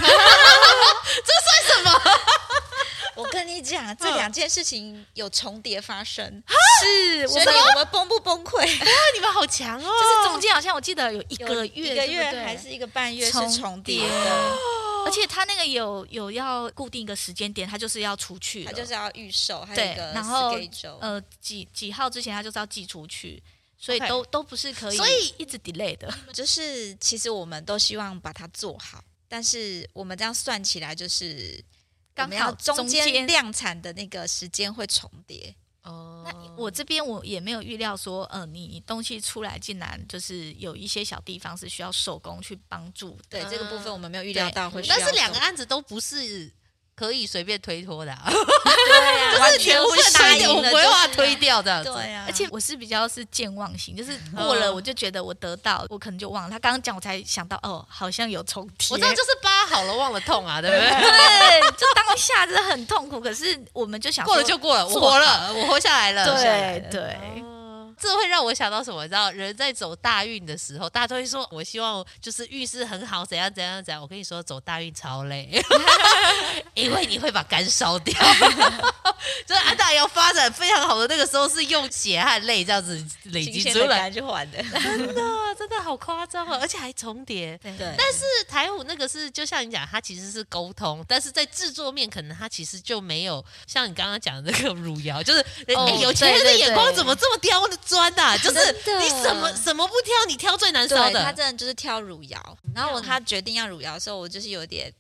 Speaker 2: 这算什么？
Speaker 1: 我跟你讲，
Speaker 3: 嗯
Speaker 1: 这两件事情有重叠发生，
Speaker 3: 是
Speaker 1: 所以我们崩不崩溃？
Speaker 2: 那你们好强哦！
Speaker 3: 就是中间好像我记得有一
Speaker 1: (laughs) 有
Speaker 3: 个月，
Speaker 1: 一个
Speaker 3: 对
Speaker 1: 月
Speaker 3: 不对
Speaker 1: 还是一个半月
Speaker 3: 重
Speaker 1: 是重叠的，
Speaker 3: 而
Speaker 1: 哦
Speaker 3: 且他那个有有要固定一个时间点，他就是要出去
Speaker 1: 它
Speaker 3: 了，
Speaker 1: 就是要预售，还有
Speaker 3: 对
Speaker 1: 一个
Speaker 3: 然后
Speaker 1: schedule
Speaker 3: 呃几几号之前他就是要寄出去，所以
Speaker 2: OK
Speaker 3: 都都不是可以，
Speaker 2: 所以
Speaker 3: 一直 delay 的。
Speaker 1: 就是其实我们都希望把它做好，但是我们这样算起来就是。
Speaker 3: 刚好
Speaker 1: 我们要中
Speaker 3: 中
Speaker 1: 间
Speaker 3: 间
Speaker 1: 量产的那个时间会重叠，
Speaker 2: 哦，
Speaker 3: 那我这边我也没有预料说，呃，你你东西出来竟然就是有一些小地方是需要手工去帮助的。
Speaker 1: 对、嗯
Speaker 2: 嗯
Speaker 1: 这个部分我们没有预料到会需要
Speaker 2: 但
Speaker 1: 中。
Speaker 2: 是两个案子都不是可以随便推脱的啊，
Speaker 1: 对啊，完
Speaker 2: (laughs) 全部是啊
Speaker 1: 答
Speaker 2: 推
Speaker 1: 应
Speaker 2: 掉，我
Speaker 1: 了，
Speaker 2: 不会把它
Speaker 1: 就是
Speaker 2: 推掉这样子。
Speaker 1: 对啊，
Speaker 3: 而且我是比较是健忘
Speaker 1: (laughs)
Speaker 3: 型，就是过了
Speaker 2: 嗯
Speaker 3: 我就觉得我得到，我可能就忘了。他刚刚讲，我才想到，哦，好像有重叠。
Speaker 2: 我知道就是疤好了忘了痛啊，对不对？
Speaker 3: 对，就当下真的很痛苦。可是我们就想
Speaker 2: (laughs)
Speaker 3: 说
Speaker 2: 过了就过了，我
Speaker 3: 做好
Speaker 2: 活了，我活下来了。
Speaker 3: 对对，
Speaker 2: 哦这会让我想到什么？你知道，人在走大运的时候，大家都会说：“我希望就是运势很好，怎样怎样怎样。”我跟你说，走大运超累， (laughs) 因为你会把肝烧掉。 (laughs) 就是安大要发展非常好的那个时候，是用血和泪这样子累积出来，
Speaker 1: 去还的，
Speaker 2: (laughs) 真的真的好夸张哦，而且还重叠。
Speaker 3: 对
Speaker 1: 对，
Speaker 2: 但是台舞那个是，就像你讲，它其实是沟通，但是在制作面，可能它其实就没有像你刚刚讲的那个 (laughs) 汝窑，就是人、
Speaker 3: 哦
Speaker 2: 哎有钱人的
Speaker 3: 对对对
Speaker 2: 眼光怎么这么刁钻呐、就是
Speaker 1: 真的
Speaker 2: 你什么什么不挑，你挑最难烧
Speaker 1: 对他
Speaker 2: 的。
Speaker 1: 真的啊就是挑汝窑，然后我他决定要汝窑的时候，我就是有点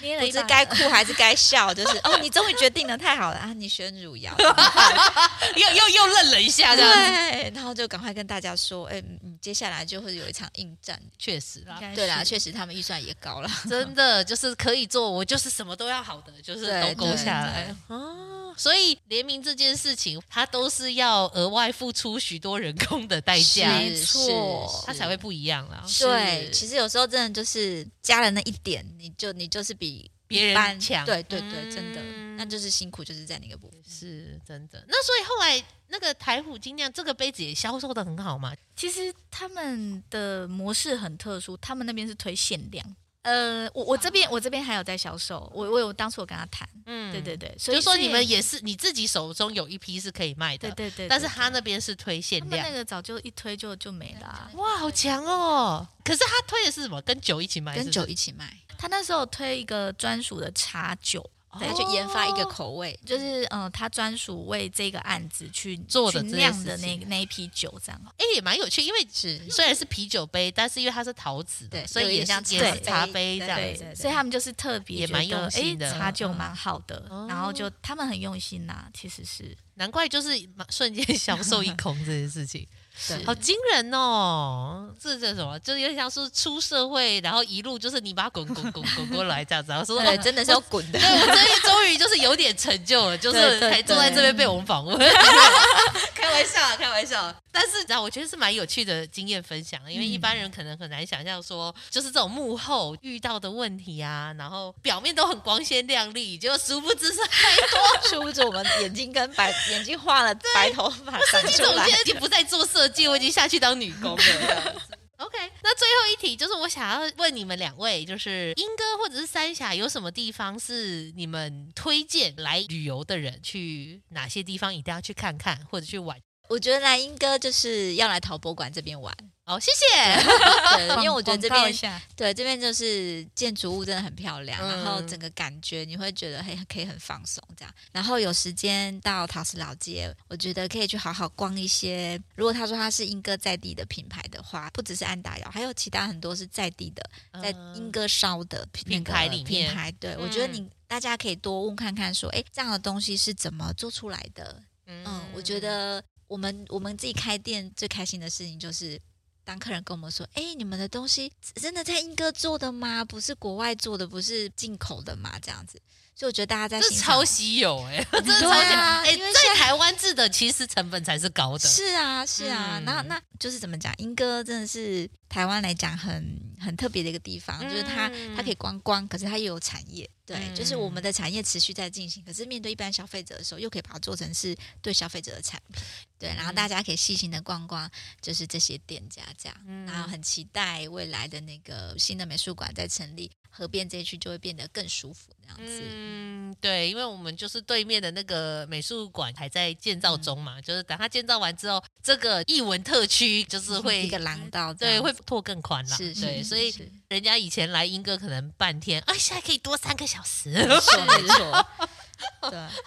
Speaker 3: 捏
Speaker 1: 不
Speaker 3: 了一
Speaker 1: 知
Speaker 3: 把
Speaker 1: 该哭还是该笑，就是哦，你终于决定了，太好了啊，你选汝
Speaker 2: (laughs)
Speaker 1: 窑，
Speaker 2: 又又又愣了一下，这样子
Speaker 1: 对，然后就赶快跟大家说，哎，嗯接下来就会有一场硬战，
Speaker 2: 确实啦，
Speaker 1: 对啦，确实他们预算也高了，
Speaker 2: 真的就是可以做，我就是什么都要好的，就是
Speaker 1: 对
Speaker 2: 都勾下来
Speaker 1: 对
Speaker 2: 哦。所以联名这件事情，它都是要额外付出许多人工的代
Speaker 1: 是
Speaker 2: 价，
Speaker 3: 没错
Speaker 1: 是是
Speaker 2: 它才会不一样啦。
Speaker 1: 对，
Speaker 3: 是
Speaker 1: 其实有时候真的就是加了那一点，你就你就是比
Speaker 2: 别
Speaker 1: 一般
Speaker 2: 人强，
Speaker 1: 对对对，真的，
Speaker 2: 嗯
Speaker 1: 那就是辛苦就是在那个部分。
Speaker 2: 是真的。那所以后来那个台虎精酿这个杯子也销售的很好嘛？
Speaker 3: 其实他们的模式很特殊，他们那边是推限量。呃，我我这边我这边还有在销售，我我有当初我跟他谈，
Speaker 2: 哦嗯
Speaker 3: 对对。对，所以
Speaker 2: 就说你们
Speaker 3: 所以
Speaker 2: 也是你自己手中有一批是可以卖的，
Speaker 3: 对对对，
Speaker 2: 但是
Speaker 3: 对
Speaker 2: 他那边是推限
Speaker 3: 他们
Speaker 2: 量
Speaker 3: 那。个早就一推就就没了啊、
Speaker 2: 哇，好强哦！可是他推的是什么？跟酒一起卖是
Speaker 1: 跟
Speaker 2: 不是，
Speaker 1: 酒一起卖，
Speaker 2: 哦
Speaker 3: 他那时候推一个专属的茶酒，
Speaker 1: 他
Speaker 2: 哦
Speaker 1: 就研发一个口味，
Speaker 3: 就是呃，他专属为这个案子去
Speaker 2: 做的
Speaker 3: 去
Speaker 2: 这件
Speaker 3: 酿的
Speaker 2: 事
Speaker 3: 那
Speaker 2: 情
Speaker 3: 那一批酒这样。
Speaker 2: 哎、也蛮有趣，因为
Speaker 1: 是
Speaker 2: 虽然是啤酒杯，但是因为它是陶瓷的，
Speaker 1: 对
Speaker 2: 所
Speaker 1: 有
Speaker 2: 以
Speaker 1: 一
Speaker 2: 也
Speaker 1: 点
Speaker 2: 是
Speaker 1: 像
Speaker 2: 也是
Speaker 1: 茶
Speaker 2: 茶
Speaker 1: 杯
Speaker 2: 杯这
Speaker 1: 对
Speaker 2: 样
Speaker 1: 对
Speaker 2: 子。
Speaker 1: 对
Speaker 3: 所以他们就是特别
Speaker 2: 也蛮
Speaker 3: 觉得
Speaker 2: 用心
Speaker 3: 诶
Speaker 2: 的
Speaker 3: 茶酒
Speaker 2: 嗯
Speaker 3: 蛮好的，
Speaker 2: 哦
Speaker 3: 然后就他们很用心呐、其实是
Speaker 2: 难怪就是瞬间 (laughs) 销售一空这件事情。
Speaker 1: 对
Speaker 2: 好惊人哦！这叫什么？就是有点像是出社会，然后一路就是你把它滚滚滚滚过来这样子，然后说
Speaker 1: 对，
Speaker 2: 哦
Speaker 1: 真的是要滚的
Speaker 2: 对，。我终于终于就是有点成就了，就是
Speaker 3: 对对
Speaker 2: 才坐在这边被我们访问。 (laughs) (laughs) 开玩笑啊，开玩笑啊。但是，啊，我觉得是蛮有趣的经验分享，啊因为一般人可能很难想象说，就是这种幕后遇到的问题啊，然后表面都很光鲜亮丽，结果殊不知是
Speaker 1: (laughs) 殊不知我们眼睛跟白眼睛画 (laughs) 了白头发长
Speaker 2: 你
Speaker 1: 出
Speaker 2: 总
Speaker 1: 来
Speaker 2: 监，已经不再做设计，我已经下去当女工了。这样子 (laughs) OK，那最后一题就是我想要问你们两位，就是英哥或者是三峡有什么地方是你们推荐来旅游的人去哪些地方一定要去看看或者去玩？
Speaker 1: (laughs) 我觉得莱茵哥就是要来陶博馆这边玩，
Speaker 2: 好，谢谢。
Speaker 1: (laughs) 对，因为我觉得这
Speaker 3: 广告一
Speaker 1: 边
Speaker 3: 下
Speaker 1: 对这边就是建筑物真的很漂亮，
Speaker 2: 嗯
Speaker 1: 然后整个感觉你会觉得很可以很放松这样。然后有时间到陶瓷老街，我觉得可以去好好逛一些。如果他说他是英歌在地的品牌的话，不只是安达窑，还有其他很多是在地的，在英歌烧的那
Speaker 2: 嗯品
Speaker 1: 个
Speaker 2: 牌里面
Speaker 1: 品牌，对我觉得
Speaker 2: 嗯
Speaker 1: 你大家可以多问看看，说，哎，这样的东西是怎么做出来的？嗯，我觉得我们我们自己开店最开心的事情就是，当客人跟我们说：“哎，你们的东西真的在英哥做的吗？不是国外做的，不是进口的吗？”这样子，所以我觉得大家在
Speaker 2: 这
Speaker 1: 欣赏
Speaker 2: 超稀有哎、欸，真
Speaker 1: 对
Speaker 2: 的超稀有
Speaker 1: 啊
Speaker 2: 哎、
Speaker 1: 因为
Speaker 2: 在台湾制的其实成本才是高的，
Speaker 1: 是啊，是啊，
Speaker 2: 嗯
Speaker 1: 那那就是怎么讲？英哥真的是台湾来讲很很特别的一个地方，就是它
Speaker 2: 嗯
Speaker 1: 它可以观光，可是它又有产业，对，
Speaker 2: 嗯
Speaker 1: 就是我们的产业持续在进行，可是面对一般消费者的时候，又可以把它做成是对消费者的产品，对，然后大家可以细心的逛逛，就是这些店家这样，然后很期待未来的那个新的美术馆在成立，河边这一区就会变得更舒服这样子。
Speaker 2: 嗯，对，因为我们就是对面的那个美术馆还在建造中
Speaker 1: 嗯
Speaker 2: 嘛，就是等它建造完之后，这个艺文特区就是
Speaker 1: (laughs) 一
Speaker 2: 会
Speaker 1: 个廊道这
Speaker 2: 对
Speaker 1: 样子，
Speaker 2: 会拓更宽啦，
Speaker 1: 是是
Speaker 2: 对，
Speaker 1: 是
Speaker 2: 所以
Speaker 1: 是
Speaker 2: 人家以前来英哥可能半天，哎，现在可以多三个
Speaker 1: (laughs)
Speaker 2: 小时，
Speaker 1: 没错没 (laughs) 错，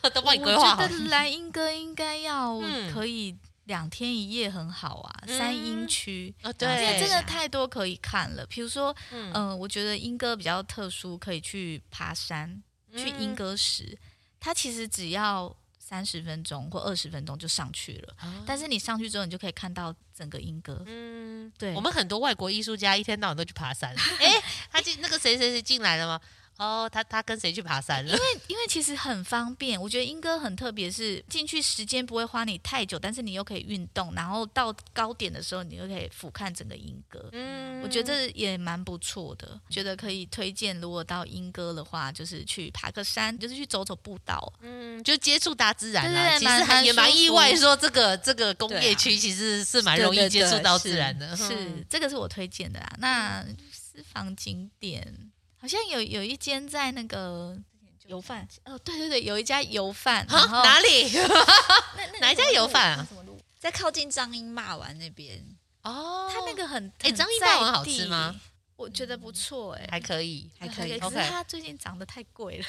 Speaker 1: 对。
Speaker 2: 都帮你规
Speaker 3: 我
Speaker 2: 划
Speaker 3: 觉
Speaker 2: 好
Speaker 3: 得。莱茵哥应该要
Speaker 2: 嗯
Speaker 3: 可以两天一夜很好啊，
Speaker 2: 嗯
Speaker 3: 三英区。
Speaker 2: 哦，
Speaker 3: 因为
Speaker 2: 对，
Speaker 3: 真的太多可以看了，比如说，
Speaker 2: 嗯
Speaker 3: 嗯、
Speaker 1: 呃
Speaker 3: 我觉得英歌比较特殊，可以去爬山，去
Speaker 1: 嗯
Speaker 2: 嗯
Speaker 3: 英歌石，它其实只要三十分钟或二十分钟就上去了，
Speaker 2: 哦
Speaker 3: 但是你上去之后，你就可以看到整个英歌。
Speaker 2: 嗯，
Speaker 3: 对
Speaker 2: 我们很多外国艺术家一天到晚都去爬
Speaker 1: (laughs)
Speaker 2: 山。哎、他进那个谁谁谁进来了吗？哦，他他跟谁去爬山了？
Speaker 3: 因为其实很方便，我觉得英歌很特别，是进去时间不会花你太久，但是你又可以运动，然后到高点的时候，你又可以俯瞰整个英歌。
Speaker 2: 嗯
Speaker 3: 我觉得也蛮不错的，觉得可以推荐。如果到英歌的话，就是去爬个山，就是去走走步道。
Speaker 2: 嗯，就接触大自然啦、
Speaker 3: 对对
Speaker 2: 其
Speaker 3: 蛮
Speaker 2: 实还
Speaker 3: 蛮
Speaker 2: 也蛮
Speaker 3: 舒
Speaker 2: 意
Speaker 3: 服
Speaker 2: 外，说这个这个工
Speaker 1: 对啊
Speaker 2: 业区其实是蛮
Speaker 1: 对
Speaker 2: 容易
Speaker 1: 对
Speaker 2: 接
Speaker 1: 对
Speaker 2: 触到
Speaker 1: 是
Speaker 2: 自然的。嗯
Speaker 3: 是，这个是我推荐的啦。那私房景点好像有有一间在那个油饭，哦，对对对，有一家油饭，
Speaker 2: 啊
Speaker 3: 然后
Speaker 2: 哪里？
Speaker 3: 那那
Speaker 2: (laughs) 哪一家油饭啊？
Speaker 1: 在靠近张英骂完那边，
Speaker 2: 哦，
Speaker 3: 它那个很
Speaker 2: 诶
Speaker 3: 很
Speaker 2: 张一
Speaker 3: 在
Speaker 2: 饭丸好吃
Speaker 3: 地
Speaker 2: 吗？
Speaker 3: 我觉得不错哎、
Speaker 2: 还可以，
Speaker 1: 还可以
Speaker 3: 可是
Speaker 2: OK
Speaker 3: 它最近涨得太 (laughs) 贵了。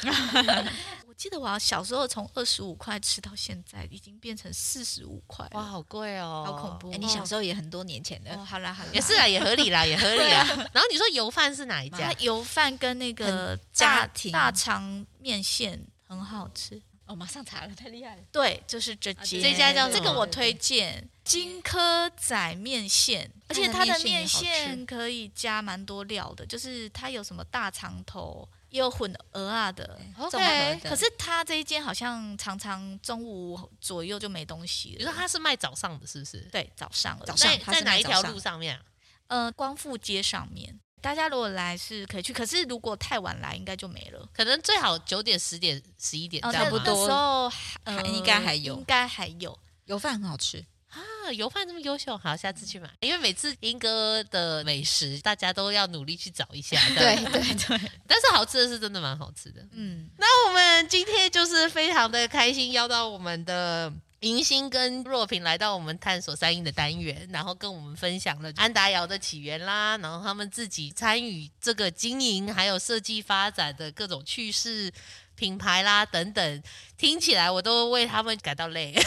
Speaker 3: 我记得我好像小时候从二十五块吃到现在，已经变成四十五块了
Speaker 2: 哇，好贵哦，
Speaker 3: 好恐怖
Speaker 1: 哎、你小时候也很多年前的，
Speaker 3: 哦，好啦好啦，
Speaker 2: 也是啦，啊也合
Speaker 3: (laughs)
Speaker 2: 理啦，也合理啦。然后你说油饭是哪一
Speaker 3: 它
Speaker 2: 家？
Speaker 3: 啊油饭跟那个
Speaker 1: 家
Speaker 3: 大
Speaker 1: 庭
Speaker 3: 大肠面线很好吃。
Speaker 1: 哦，马上查了，太厉害了。
Speaker 3: 嗯啊对，就是这间、
Speaker 2: 这家叫什
Speaker 3: 这
Speaker 2: 么
Speaker 3: 个我推荐金科仔面线，而且它
Speaker 1: 它
Speaker 3: 的
Speaker 1: 的
Speaker 3: 面
Speaker 1: 面线也好吃
Speaker 3: 线可以加蛮多料的，就是它有什么大肠头，也有混鹅啊的。
Speaker 2: OK，
Speaker 1: 综合的
Speaker 3: 可是它这一间好像常常中午左右就没东西了。
Speaker 2: 你说它是卖早上的，是不是？
Speaker 3: 对早上了
Speaker 1: 早上
Speaker 2: 在
Speaker 1: 它
Speaker 2: 在
Speaker 1: 是
Speaker 2: 哪
Speaker 1: 卖
Speaker 2: 一条
Speaker 1: 早上
Speaker 2: 路上面啊？
Speaker 3: 呃光复街上面，大家如果来是可以去，可是如果太晚来应该就没了。
Speaker 2: 可能最好九点、十点、十一点
Speaker 3: 哦，
Speaker 2: 这样
Speaker 3: 那
Speaker 1: 差不
Speaker 2: 吧。
Speaker 1: 多
Speaker 3: 那时候还呃
Speaker 1: 还应该还有
Speaker 3: 应该还有。
Speaker 1: 油饭很好吃，
Speaker 2: 啊，油饭这么优秀，好，下次去买。因为每次英哥的美食，大家都要努力去找一下。这
Speaker 1: (laughs)
Speaker 2: 样，
Speaker 1: 对对，
Speaker 2: 但是好吃的是真的蛮好吃的。
Speaker 1: 嗯，
Speaker 2: 那我们今天就是非常的开心，邀到我们的。迎新跟若萍来到我们探索三英的单元，然后跟我们分享了安达窑的起源啦，然后他们自己参与这个经营还有设计发展的各种趣事、品牌啦等等，听起来我都为他们感到累。 (laughs)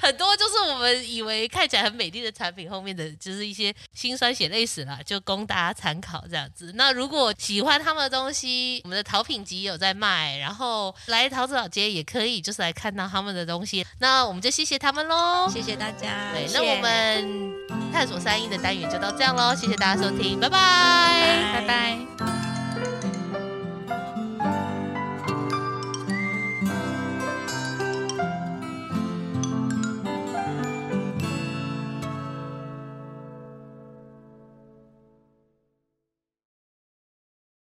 Speaker 2: 很多就是我们以为看起来很美丽的产品，后面的就是一些辛酸血泪史啦，就供大家参考这样子。那如果喜欢他们的东西，我们的淘品集有在卖，然后来桃子老街也可以，就是来看到他们的东西。那我们就谢谢他们喽。
Speaker 1: 谢谢大家，
Speaker 2: 对，
Speaker 1: 谢
Speaker 2: 那
Speaker 1: 谢
Speaker 2: 我们探索三一的单元就到这样喽，谢谢大家收听，拜拜
Speaker 3: 拜拜。